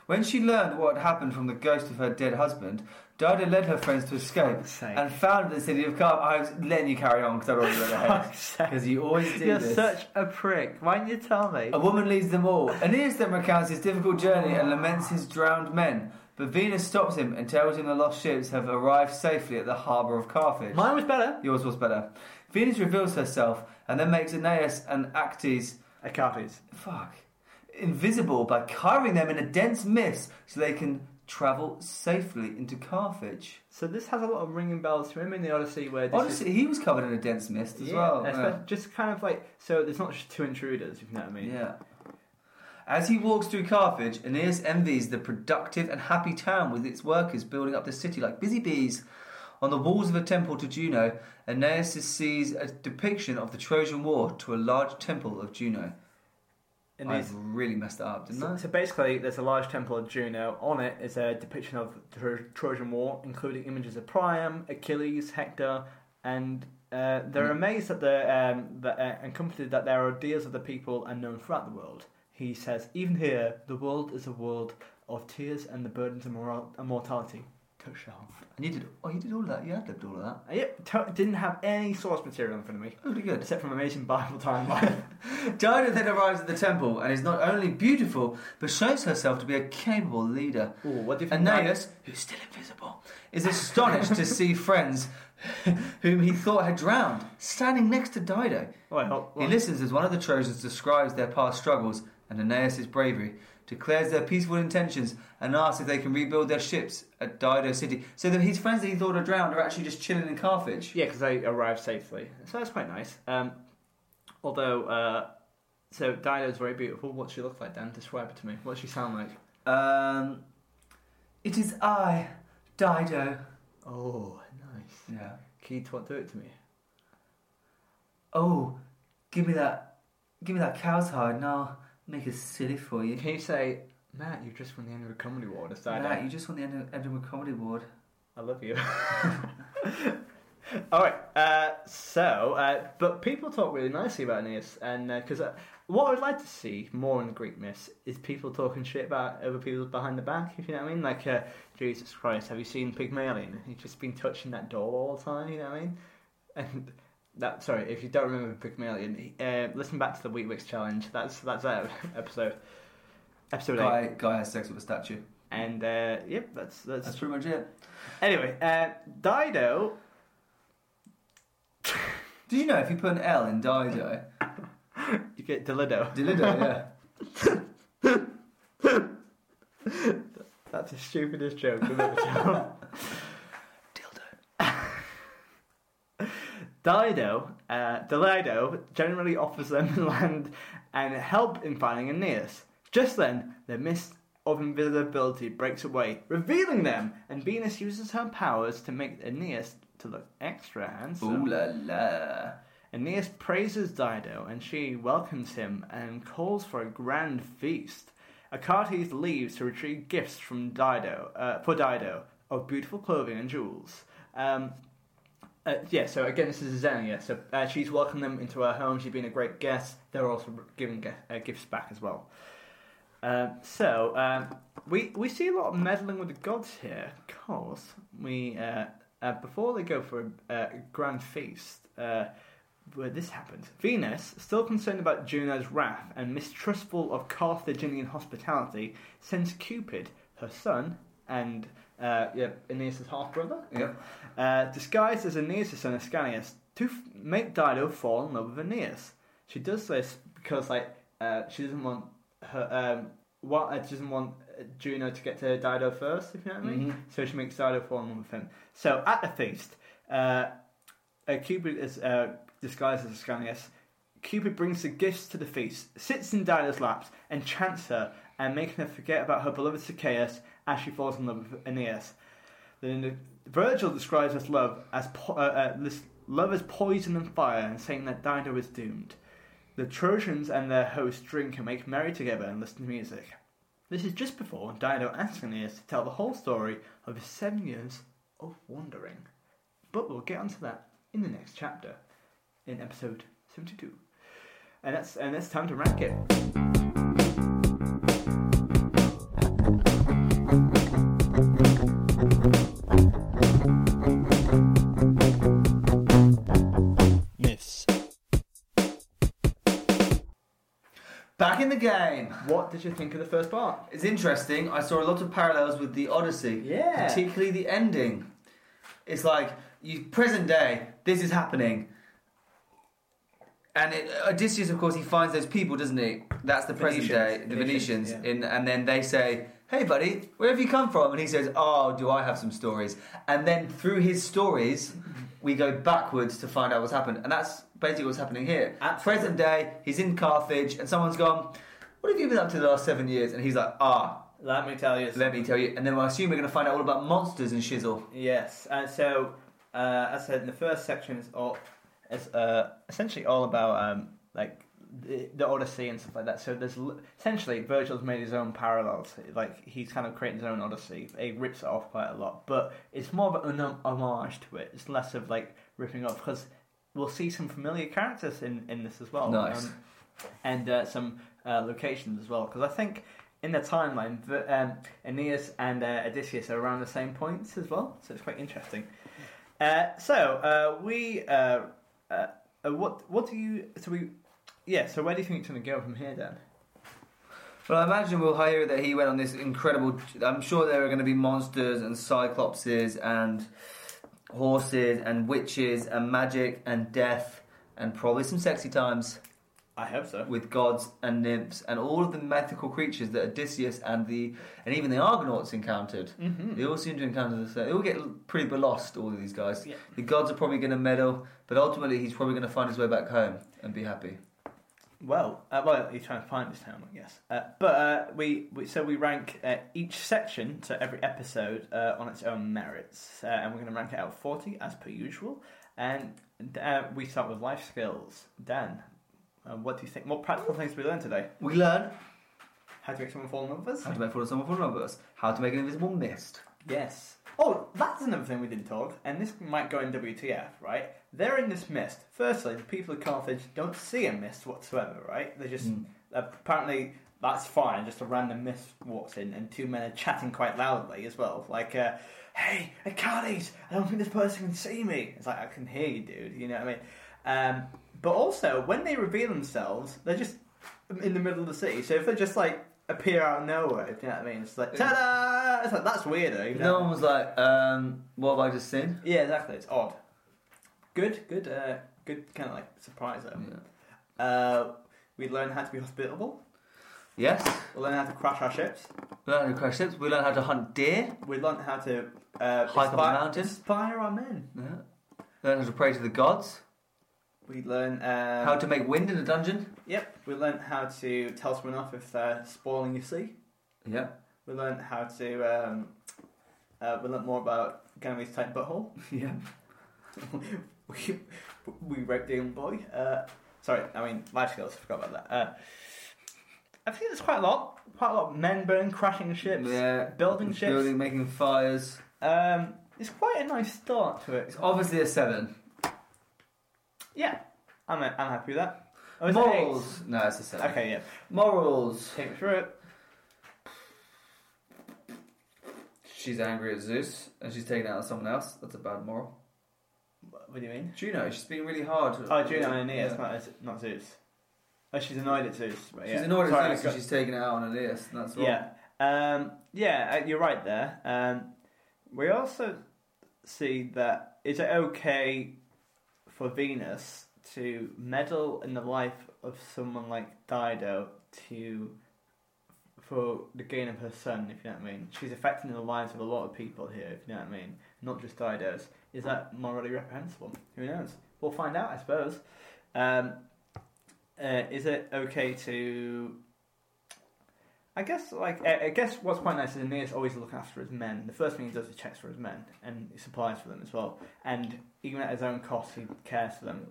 [SPEAKER 2] When she learned what had happened from the ghost of her dead husband, Dido led her friends to escape
[SPEAKER 1] fuck's sake.
[SPEAKER 2] and found the city of Car. I was letting you carry on because I already read ahead. Because you always do
[SPEAKER 1] You're
[SPEAKER 2] this. Oh.
[SPEAKER 1] such a prick. Why didn't you tell me?
[SPEAKER 2] A woman leads them all. Aeneas then recounts his difficult journey and laments his drowned men. But Venus stops him and tells him the lost ships have arrived safely at the harbour of Carthage.
[SPEAKER 1] Mine was better.
[SPEAKER 2] Yours was better. Venus reveals herself and then makes Aeneas and Actes
[SPEAKER 1] Achates.
[SPEAKER 2] fuck invisible by covering them in a dense mist so they can travel safely into Carthage.
[SPEAKER 1] So this has a lot of ringing bells to him in the Odyssey, where this is,
[SPEAKER 2] Honestly, he was covered in a dense mist as
[SPEAKER 1] Yeah,
[SPEAKER 2] well.
[SPEAKER 1] espe-
[SPEAKER 2] Yeah.
[SPEAKER 1] just kind of like so. There's not just two intruders, if you know what I mean.
[SPEAKER 2] Yeah. As he walks through Carthage, Aeneas envies the productive and happy town with its workers building up the city like busy bees. On the walls of a temple to Juno, Aeneas sees a depiction of the Trojan War to a large temple of Juno.
[SPEAKER 1] And
[SPEAKER 2] I
[SPEAKER 1] these-
[SPEAKER 2] really messed that up, didn't
[SPEAKER 1] So,
[SPEAKER 2] I?
[SPEAKER 1] so basically, there's a large temple of Juno. On it is a depiction of the Tro- Trojan War, including images of Priam, Achilles, Hector, and uh, they're amazed that the um, that, uh, and comforted that their ideas of the people are known throughout the world. He says, even here, the world is a world of tears and the burdens of moral- immortality. Touch the heart.
[SPEAKER 2] And you did, oh, you did all that. You ad-libbed all of that.
[SPEAKER 1] Uh, Yep, to- didn't have any source material in front of me
[SPEAKER 2] Pretty good.
[SPEAKER 1] except from Amazing Bible Timeline.
[SPEAKER 2] Dido then arrives at the temple and is not only beautiful, but shows herself to be a capable leader.
[SPEAKER 1] Ooh, what do you think?
[SPEAKER 2] Aeneas, who's still invisible, is astonished to see friends whom he thought had drowned standing next to Dido.
[SPEAKER 1] Oh, wait, hold-
[SPEAKER 2] He listens as one of the Trojans describes their past struggles and Aeneas' bravery, declares their peaceful intentions, and asks if they can rebuild their ships at Dido City. So that his friends that he thought had drowned are actually just chilling in Carthage.
[SPEAKER 1] Yeah, because they arrived safely, so that's quite nice. Um, although, uh, so Dido's very beautiful. What she look like, Dan? Describe it to me. What she sound like?
[SPEAKER 2] Um, it is I, Dido.
[SPEAKER 1] Oh, nice.
[SPEAKER 2] Yeah.
[SPEAKER 1] Can you talk, do it to me?
[SPEAKER 2] Oh, give me that, give me that cow's hide, and I'll make a silly for you.
[SPEAKER 1] Can you say, Matt? You just won the Edinburgh Comedy Award as Dido.
[SPEAKER 2] Matt, you just won the Edin- Edinburgh Comedy Award.
[SPEAKER 1] I love you. All right. Uh, so, uh, but people talk really nicely about Aeneas, and because uh, what I'd like to see more in Greek myths is people talking shit about other people behind the back. If you know what I mean, like uh, Jesus Christ, have you seen Pygmalion? He's just been touching that door all the time. You know what I mean? And that sorry, if you don't remember Pygmalion, he- uh, listen back to the Wheat Wix challenge. That's that's our episode. Episode eight.
[SPEAKER 2] Guy, guy has sex with a statue.
[SPEAKER 1] And uh, yep, that's that's
[SPEAKER 2] That's pretty much it.
[SPEAKER 1] Anyway, uh, Dido.
[SPEAKER 2] Do you know if you put an L in Dido,
[SPEAKER 1] You get Dilido.
[SPEAKER 2] Dilido, yeah.
[SPEAKER 1] That's the stupidest joke I've ever told. Dido, uh, Dilido generally offers them land and help in finding Aeneas. Just then, the mist of invisibility breaks away, revealing them, and Venus uses her powers to make Aeneas to look extra handsome.
[SPEAKER 2] Ooh la la.
[SPEAKER 1] Aeneas praises Dido, and she welcomes him and calls for a grand feast. Achates leaves to retrieve gifts from Dido uh, for Dido of beautiful clothing and jewels. Um, uh, yeah, so again, this is Xenia. So uh, she's welcomed them into her home. She's been a great guest. They're also giving ge- uh, gifts back as well. Um, so um, we we see a lot of meddling with the gods here, because we uh, uh, before they go for a, a grand feast, uh, where this happens, Venus, still concerned about Juno's wrath and mistrustful of Carthaginian hospitality, sends Cupid, her son, and uh, yeah, Aeneas' half brother,
[SPEAKER 2] Yep.
[SPEAKER 1] uh, disguised as Aeneas' son Ascanius, to f- make Dido fall in love with Aeneas. She does this because, like, uh, she doesn't want her. Um, what uh, she doesn't want uh, Juno to get to Dido first, if you know what I mean. So she makes Dido fall in love with him. So at the feast, uh, uh, Cupid is uh, disguised as Ascanius. Cupid brings the gifts to the feast, sits in Dido's laps, enchants her, and making her forget about her beloved Sichaeus as she falls in love with Aeneas. Then Virgil describes this love as po- uh, uh, this love as poison and fire, and saying that Dido is doomed. The Trojans and their host drink and make merry together and listen to music. This is just before Dido asks Aeneas to tell the whole story of his seven years of wandering. But we'll get onto that in the next chapter, in episode seventy-two, and that's and it's time to rank it.
[SPEAKER 6] Myths.
[SPEAKER 2] Back in the game.
[SPEAKER 1] What did you think of the first part?
[SPEAKER 2] It's interesting. I saw a lot of parallels with the Odyssey.
[SPEAKER 1] Yeah.
[SPEAKER 2] Particularly the ending. It's like you present day. This is happening. And it, Odysseus, of course, he finds those people, doesn't he? That's the present
[SPEAKER 1] Venetians.
[SPEAKER 2] day, the
[SPEAKER 1] Venetians,
[SPEAKER 2] Venetians, in, and then they say, "Hey, buddy, where have you come from?" And he says, "Oh, do I have some stories?" And then through his stories, we go backwards to find out what's happened, and that's basically what's happening here. At present day, he's in Carthage, and someone's gone, "What have you been up to the last seven years?" And he's like, "Ah,
[SPEAKER 1] Let me tell you.
[SPEAKER 2] let me tell you." And then I assume we're going to find out all about monsters and shizzle.
[SPEAKER 1] Yes, and so uh, as I said, the first section is all is uh, essentially all about um, like the, the Odyssey and stuff like that. So there's l- essentially Virgil's made his own parallels. Like he's kind of creating his own Odyssey. He rips it off quite a lot, but it's more of an hom- homage to it. It's less of like ripping off because we'll see some familiar characters in in this as well.
[SPEAKER 2] Nice.
[SPEAKER 1] Um, and uh, some uh, locations as well. Because I think in the timeline, the, um, Aeneas and uh, Odysseus are around the same points as well, so it's quite interesting. Uh, so uh, we, uh, uh, uh, what what do you? So we, yeah. So where do you think it's going to go from here, Dan?
[SPEAKER 2] Well, I imagine we'll hear that he went on this incredible. I'm sure there are going to be monsters and cyclopses and horses and witches and magic and death and probably some sexy times
[SPEAKER 1] I hope so.
[SPEAKER 2] with gods and nymphs and all of the mythical creatures that Odysseus and the and even the Argonauts encountered.
[SPEAKER 1] Mm-hmm.
[SPEAKER 2] They all seem to encounter the same. They all get pretty lost. All of these guys.
[SPEAKER 1] Yeah.
[SPEAKER 2] The gods are probably going to meddle, but ultimately he's probably going to find his way back home and be happy.
[SPEAKER 1] Well, uh, well, you're trying to find this town, I guess. Uh, but uh, we, we so we rank uh, each section, so every episode, uh, on its own merits, uh, and we're going to rank it out of forty as per usual. And uh, we start with life skills. Dan, uh, what do you think? What practical things did we learn today?
[SPEAKER 2] We learn
[SPEAKER 1] How to make someone fall in love with us?
[SPEAKER 2] how to make full of someone full of us, how to make an invisible mist.
[SPEAKER 1] Yes. Oh, that's another thing we didn't talk, and this might go in WTF, right? They're in this mist. Firstly, the people of Carthage don't see a mist whatsoever, right? They just apparently that's fine. Just a random mist walks in, and two men are chatting quite loudly as well, like, uh, "Hey, Achilles, I don't think this person can see me." It's like I can hear you, dude. You know what I mean? Um, but also, when they reveal themselves, they're just in the middle of the city. So if they just like appear out of nowhere, do you know what I mean? It's like ta-da! It's like that's weirder. you know?
[SPEAKER 2] No one was like, um, what have I just seen?
[SPEAKER 1] Yeah, exactly. It's odd. Good, good, uh, good kind of like surprise though.
[SPEAKER 2] Mm.
[SPEAKER 1] Uh, we learn how to be hospitable.
[SPEAKER 2] Yes.
[SPEAKER 1] We learn how to crash our ships.
[SPEAKER 2] We learned how to crash ships. We learned how to hunt deer.
[SPEAKER 1] We learn how to uh,
[SPEAKER 2] Hike up a
[SPEAKER 1] inspire-
[SPEAKER 2] mountain.
[SPEAKER 1] Inspire our men.
[SPEAKER 2] Yeah. Learned how to pray to the gods.
[SPEAKER 1] We learn uh,
[SPEAKER 2] How to make wind in a dungeon.
[SPEAKER 1] Yep. We learn how to tell someone off if they're spoiling your sea.
[SPEAKER 2] Yeah.
[SPEAKER 1] We learn how to. Um, uh, we learn more about Ganymede's tight butthole.
[SPEAKER 2] Yeah.
[SPEAKER 1] we, we raped the young boy. Uh, sorry, I mean life skills. I forgot about that. Uh, I think there's quite a lot, quite a lot. Of men burn, crashing ships,
[SPEAKER 2] Yeah.
[SPEAKER 1] building ships.
[SPEAKER 2] Building, making fires.
[SPEAKER 1] Um, it's quite a nice start to it.
[SPEAKER 2] It's obviously a seven.
[SPEAKER 1] Yeah, I'm I'm happy with that. Oh, it's an
[SPEAKER 2] Morals. No, it's a
[SPEAKER 1] eight.
[SPEAKER 2] seven.
[SPEAKER 1] Okay, yeah.
[SPEAKER 2] Morals.
[SPEAKER 1] Take me through it.
[SPEAKER 2] She's angry at Zeus and she's taken out on someone else. That's a bad moral.
[SPEAKER 1] What do you mean?
[SPEAKER 2] Juno. She's being really hard.
[SPEAKER 1] Oh, Juno and Aeneas,
[SPEAKER 2] Yeah.
[SPEAKER 1] not not Zeus. Oh, she's annoyed at Zeus. But
[SPEAKER 2] She's
[SPEAKER 1] yeah.
[SPEAKER 2] annoyed
[SPEAKER 1] Sorry,
[SPEAKER 2] at
[SPEAKER 1] I
[SPEAKER 2] Zeus
[SPEAKER 1] got-
[SPEAKER 2] and she's taken it out on Aeneas. And that's wrong.
[SPEAKER 1] Yeah. Um, yeah, uh, you're right there. Um, we also see that is it okay for Venus to meddle in the life of someone like Dido to for the gain of her son, if you know what I mean? She's affecting the lives of a lot of people here, if you know what I mean. Not just Dido's. Is that morally reprehensible? Who knows? We'll find out, I suppose. Um, uh, is it okay to I guess like I I guess what's quite nice is Aeneas always looks after his men. The first thing he does is checks for his men and he supplies for them as well. And even at his own cost, he cares for them.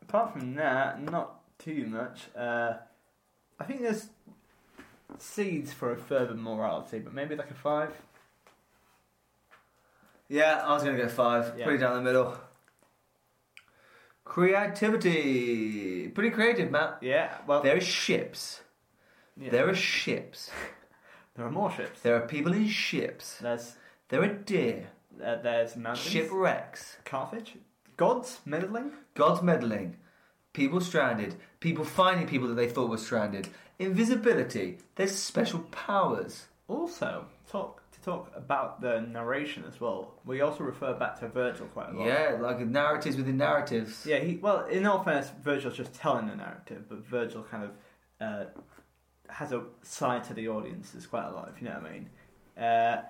[SPEAKER 1] Apart from that, not too much. Uh, I think there's seeds for a further morality, but maybe like a five.
[SPEAKER 2] Yeah, I was going to go five.
[SPEAKER 1] Yeah.
[SPEAKER 2] Pretty down the middle. Creativity. Pretty creative, Matt.
[SPEAKER 1] Yeah, well,
[SPEAKER 2] There are ships.
[SPEAKER 1] yeah.
[SPEAKER 2] There are ships.
[SPEAKER 1] there are more ships.
[SPEAKER 2] There are people in ships.
[SPEAKER 1] There's
[SPEAKER 2] There are deer.
[SPEAKER 1] uh, there's mountains.
[SPEAKER 2] Shipwrecks.
[SPEAKER 1] Carthage. Gods meddling.
[SPEAKER 2] God's meddling. People stranded. People finding people that they thought were stranded. Invisibility. There's special powers.
[SPEAKER 1] Also, talk to talk about the narration as well. We also refer back to Virgil quite a lot.
[SPEAKER 2] Yeah, like narratives within narratives.
[SPEAKER 1] Yeah, he, well, in all fairness, Virgil's just telling the narrative, but Virgil kind of uh, has a side to the audiences quite a lot, if you know what I mean. Uh,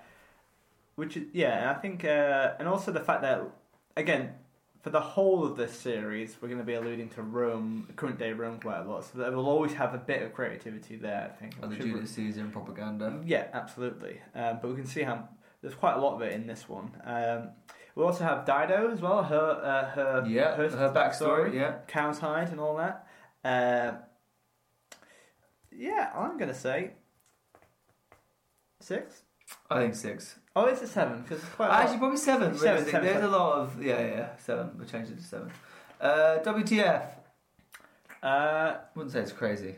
[SPEAKER 1] which, is, yeah, and I think, uh, and also the fact that, again, for the whole of this series, we're going to be alluding to Rome, current day Rome, quite a lot, so that we'll always have a bit of creativity there, I think.
[SPEAKER 2] And the
[SPEAKER 1] Should we-
[SPEAKER 2] Julius Caesar and propaganda.
[SPEAKER 1] Um, yeah, absolutely. Um, but we can see how there's quite a lot of it in this one. Um, we also have Dido as well. Her, uh, her,
[SPEAKER 2] Yeah, her backstory, yeah.
[SPEAKER 1] cow's hide and all that. Um yeah, I'm gonna say six.
[SPEAKER 2] I think six.
[SPEAKER 1] Oh, it's a seven because it's quite. a lot.
[SPEAKER 2] Actually, probably seven.
[SPEAKER 1] Seven,
[SPEAKER 2] realistically.
[SPEAKER 1] seven,
[SPEAKER 2] There's
[SPEAKER 1] seven.
[SPEAKER 2] a lot of yeah, yeah, yeah, seven. We'll change it to seven. Uh, WTF?
[SPEAKER 1] uh,
[SPEAKER 2] Wouldn't say it's crazy.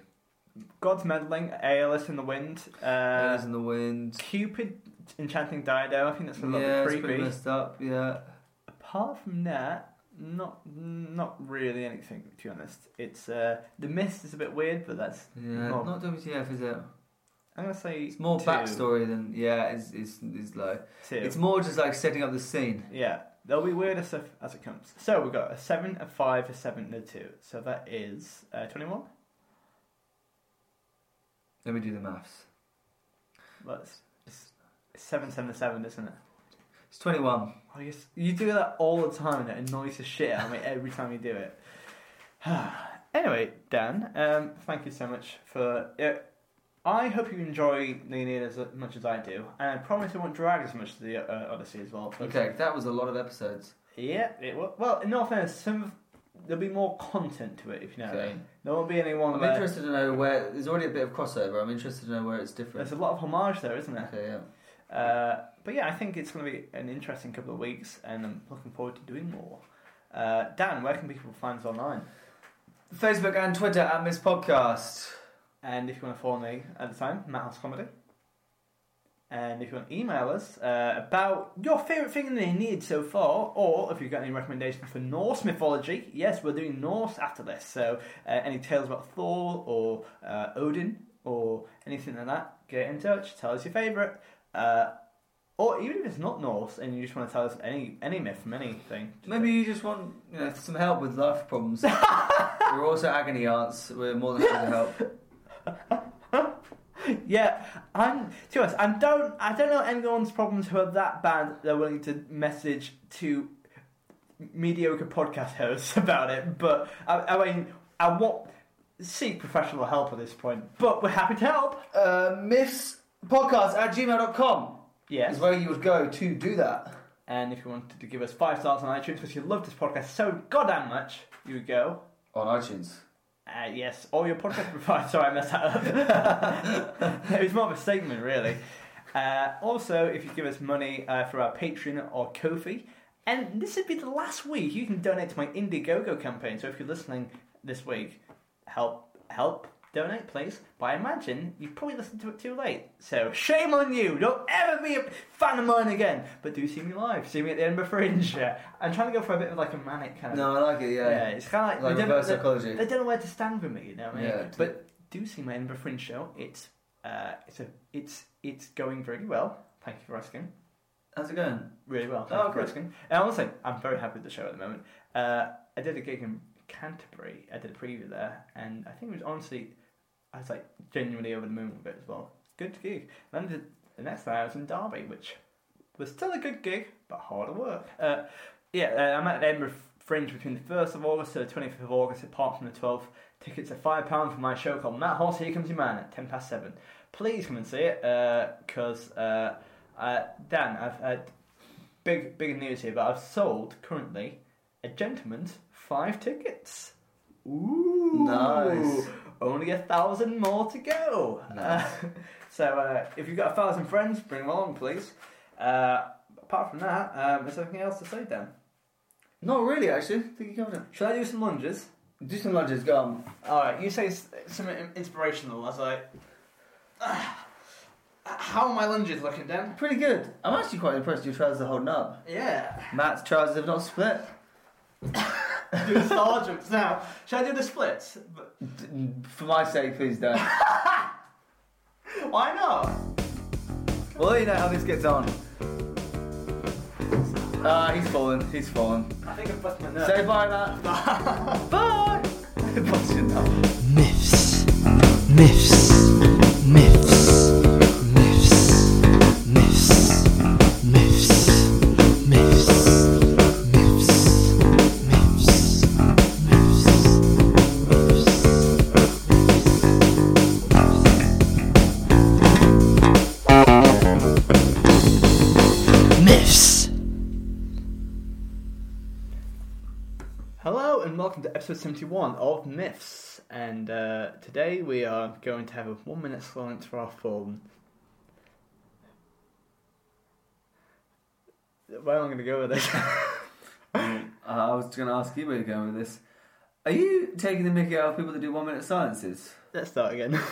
[SPEAKER 1] God's meddling, Aeolus in the wind, uh,
[SPEAKER 2] Eyes in the wind.
[SPEAKER 1] Cupid enchanting Dido. I think that's a little
[SPEAKER 2] Yeah,
[SPEAKER 1] bit
[SPEAKER 2] it's pretty
[SPEAKER 1] creepy.
[SPEAKER 2] messed up. Yeah.
[SPEAKER 1] Apart from that, not not really anything to be honest. It's uh, the mist is a bit weird, but that's
[SPEAKER 2] Yeah,
[SPEAKER 1] not-
[SPEAKER 2] not WTF, is it?
[SPEAKER 1] I'm gonna say
[SPEAKER 2] It's more
[SPEAKER 1] two,
[SPEAKER 2] backstory than yeah. It's it's, it's low.
[SPEAKER 1] Two.
[SPEAKER 2] It's more just like setting up the scene.
[SPEAKER 1] yeah, there'll be weirder stuff as it comes. So we got a seven, a five, a seven, and a two. So that is uh, twenty-one.
[SPEAKER 2] Let me do the maths.
[SPEAKER 1] Well, it's, it's seven, seven, and seven, isn't it?
[SPEAKER 2] It's twenty one.
[SPEAKER 1] Oh, you, s- you do that all the time, and it annoys the shit out of me every time you do it. anyway, Dan, um, thank you so much for. Uh, I hope you enjoy the Aeneid as much as I do, and I promise it won't drag as much as the uh, Odyssey as well. but-
[SPEAKER 2] Okay, that was a lot of episodes.
[SPEAKER 1] Yeah, it will. Well, in all fairness, some of, there'll be more content to it, if you know what I
[SPEAKER 2] Okay.
[SPEAKER 1] mean. There won't be anyone
[SPEAKER 2] I'm
[SPEAKER 1] where-
[SPEAKER 2] interested to know where there's already a bit of crossover. I'm interested to know where it's different.
[SPEAKER 1] There's a lot of homage there, isn't there?
[SPEAKER 2] Okay, yeah.
[SPEAKER 1] Uh, but yeah, I think it's going to be an interesting couple of weeks, and I'm looking forward to doing more. Uh, Dan, where can people find us online?
[SPEAKER 2] Facebook and Twitter at Miss Podcast.
[SPEAKER 1] And if you want to follow me at the time, Matt House Comedy. And if you want to email us uh, about your favourite thing in the Aeneid so far, or if you've got any recommendations for Norse mythology, yes, we're doing Norse after this. So uh, any tales about Thor or uh, Odin or anything like that, get in touch. Tell us your favourite. Uh, or even if it's not Norse and you just want to tell us any any myth from anything,
[SPEAKER 2] Maybe you just want you know, some help with life problems. We're also agony aunts. We're more than happy to help.
[SPEAKER 1] Yeah, I'm. To us, I don't. I don't know anyone's problems who are that bad. They're willing to message to mediocre podcast hosts about it. But I, I mean, I want seek professional help at this point. But we're happy to help.
[SPEAKER 2] Uh, Miss Podcast at gmail.com
[SPEAKER 1] Yes.
[SPEAKER 2] is where you would go to do that.
[SPEAKER 1] And if you wanted to give us five stars on iTunes because you love this podcast so goddamn much, you would go.
[SPEAKER 2] On iTunes.
[SPEAKER 1] Uh, yes, or your podcast provider. Sorry, I messed that up. it was more of a statement, really. Uh, also, if you give us money uh, for our Patreon or Kofi, and this would be the last week you can donate to my Indiegogo campaign. So if you're listening this week, help, help, donate, please. But I imagine you probably listened to it too late. So shame on you. Don't ever be a fan of mine again. But do see me live. See me at the Edinburgh Fringe. Yeah. I'm trying to go for a bit of like a manic kind of.
[SPEAKER 2] No, I like it, yeah.
[SPEAKER 1] Yeah, it's kind of like,
[SPEAKER 2] Like
[SPEAKER 1] they, don't,
[SPEAKER 2] reverse
[SPEAKER 1] they-
[SPEAKER 2] psychology.
[SPEAKER 1] they don't know where to stand with me, you know. What I mean?
[SPEAKER 2] Yeah.
[SPEAKER 1] But do see my Edinburgh Fringe show. It's uh, it's a, it's it's going very well. Thank you for asking.
[SPEAKER 2] How's it going?
[SPEAKER 1] really well.
[SPEAKER 2] Oh,
[SPEAKER 1] Thank you for
[SPEAKER 2] good.
[SPEAKER 1] asking. And honestly, I'm very happy with the show at the moment. Uh, I did a gig in Canterbury. I did a preview there, and I think it was honestly, I was like genuinely over the moon with it as well. Good gig. And then the, the next time I was in Derby, which was still a good gig, but harder work. Uh, yeah, uh, I'm at the Edinburgh Fringe between the 1st of August to the 25th of August, apart from the 12th. Tickets are £5 for my show called Matt Horse, Here Comes Your Man at 10 past 7. Please come and see it, because uh, uh, Dan, I've had big big news here, but I've sold currently a gentleman's five tickets. Ooh,
[SPEAKER 2] Nice.
[SPEAKER 1] Only a thousand more to go. Uh, so uh, if you've got a thousand friends, bring them along, please. Uh, apart from that, um, is there anything else to say, Dan?
[SPEAKER 2] Not really, actually. I think you covered
[SPEAKER 1] Should I do some lunges?
[SPEAKER 2] it. Do some lunges, go on.
[SPEAKER 1] All right, you say s- something in- inspirational. I was like, "Ah, how are my lunges looking, Dan?
[SPEAKER 2] Pretty good. I'm actually quite impressed your trousers are holding up.
[SPEAKER 1] Yeah,
[SPEAKER 2] Matt's trousers have not split.
[SPEAKER 1] do the star jumps now. Should I do the splits?
[SPEAKER 2] D- For my sake, please don't.
[SPEAKER 1] Why not?
[SPEAKER 2] we'll let you know how this gets on. Ah, he's fallen. He's fallen.
[SPEAKER 1] I think I've bust my nut.
[SPEAKER 2] Say bye, Matt. bye. Bust your nut.
[SPEAKER 6] Myths. Myths. Myths. Myths. Myths. Myths. Myths. Myths. Myths. Myths.
[SPEAKER 1] Hello and welcome to episode 71 of Myths. And uh, today we are going to have a one minute silence for our phone. Where am I going to go with this?
[SPEAKER 2] Uh, I was going to ask you where you're going with this. Are you taking the mickey out of people that do one minute silences?
[SPEAKER 1] Let's start again.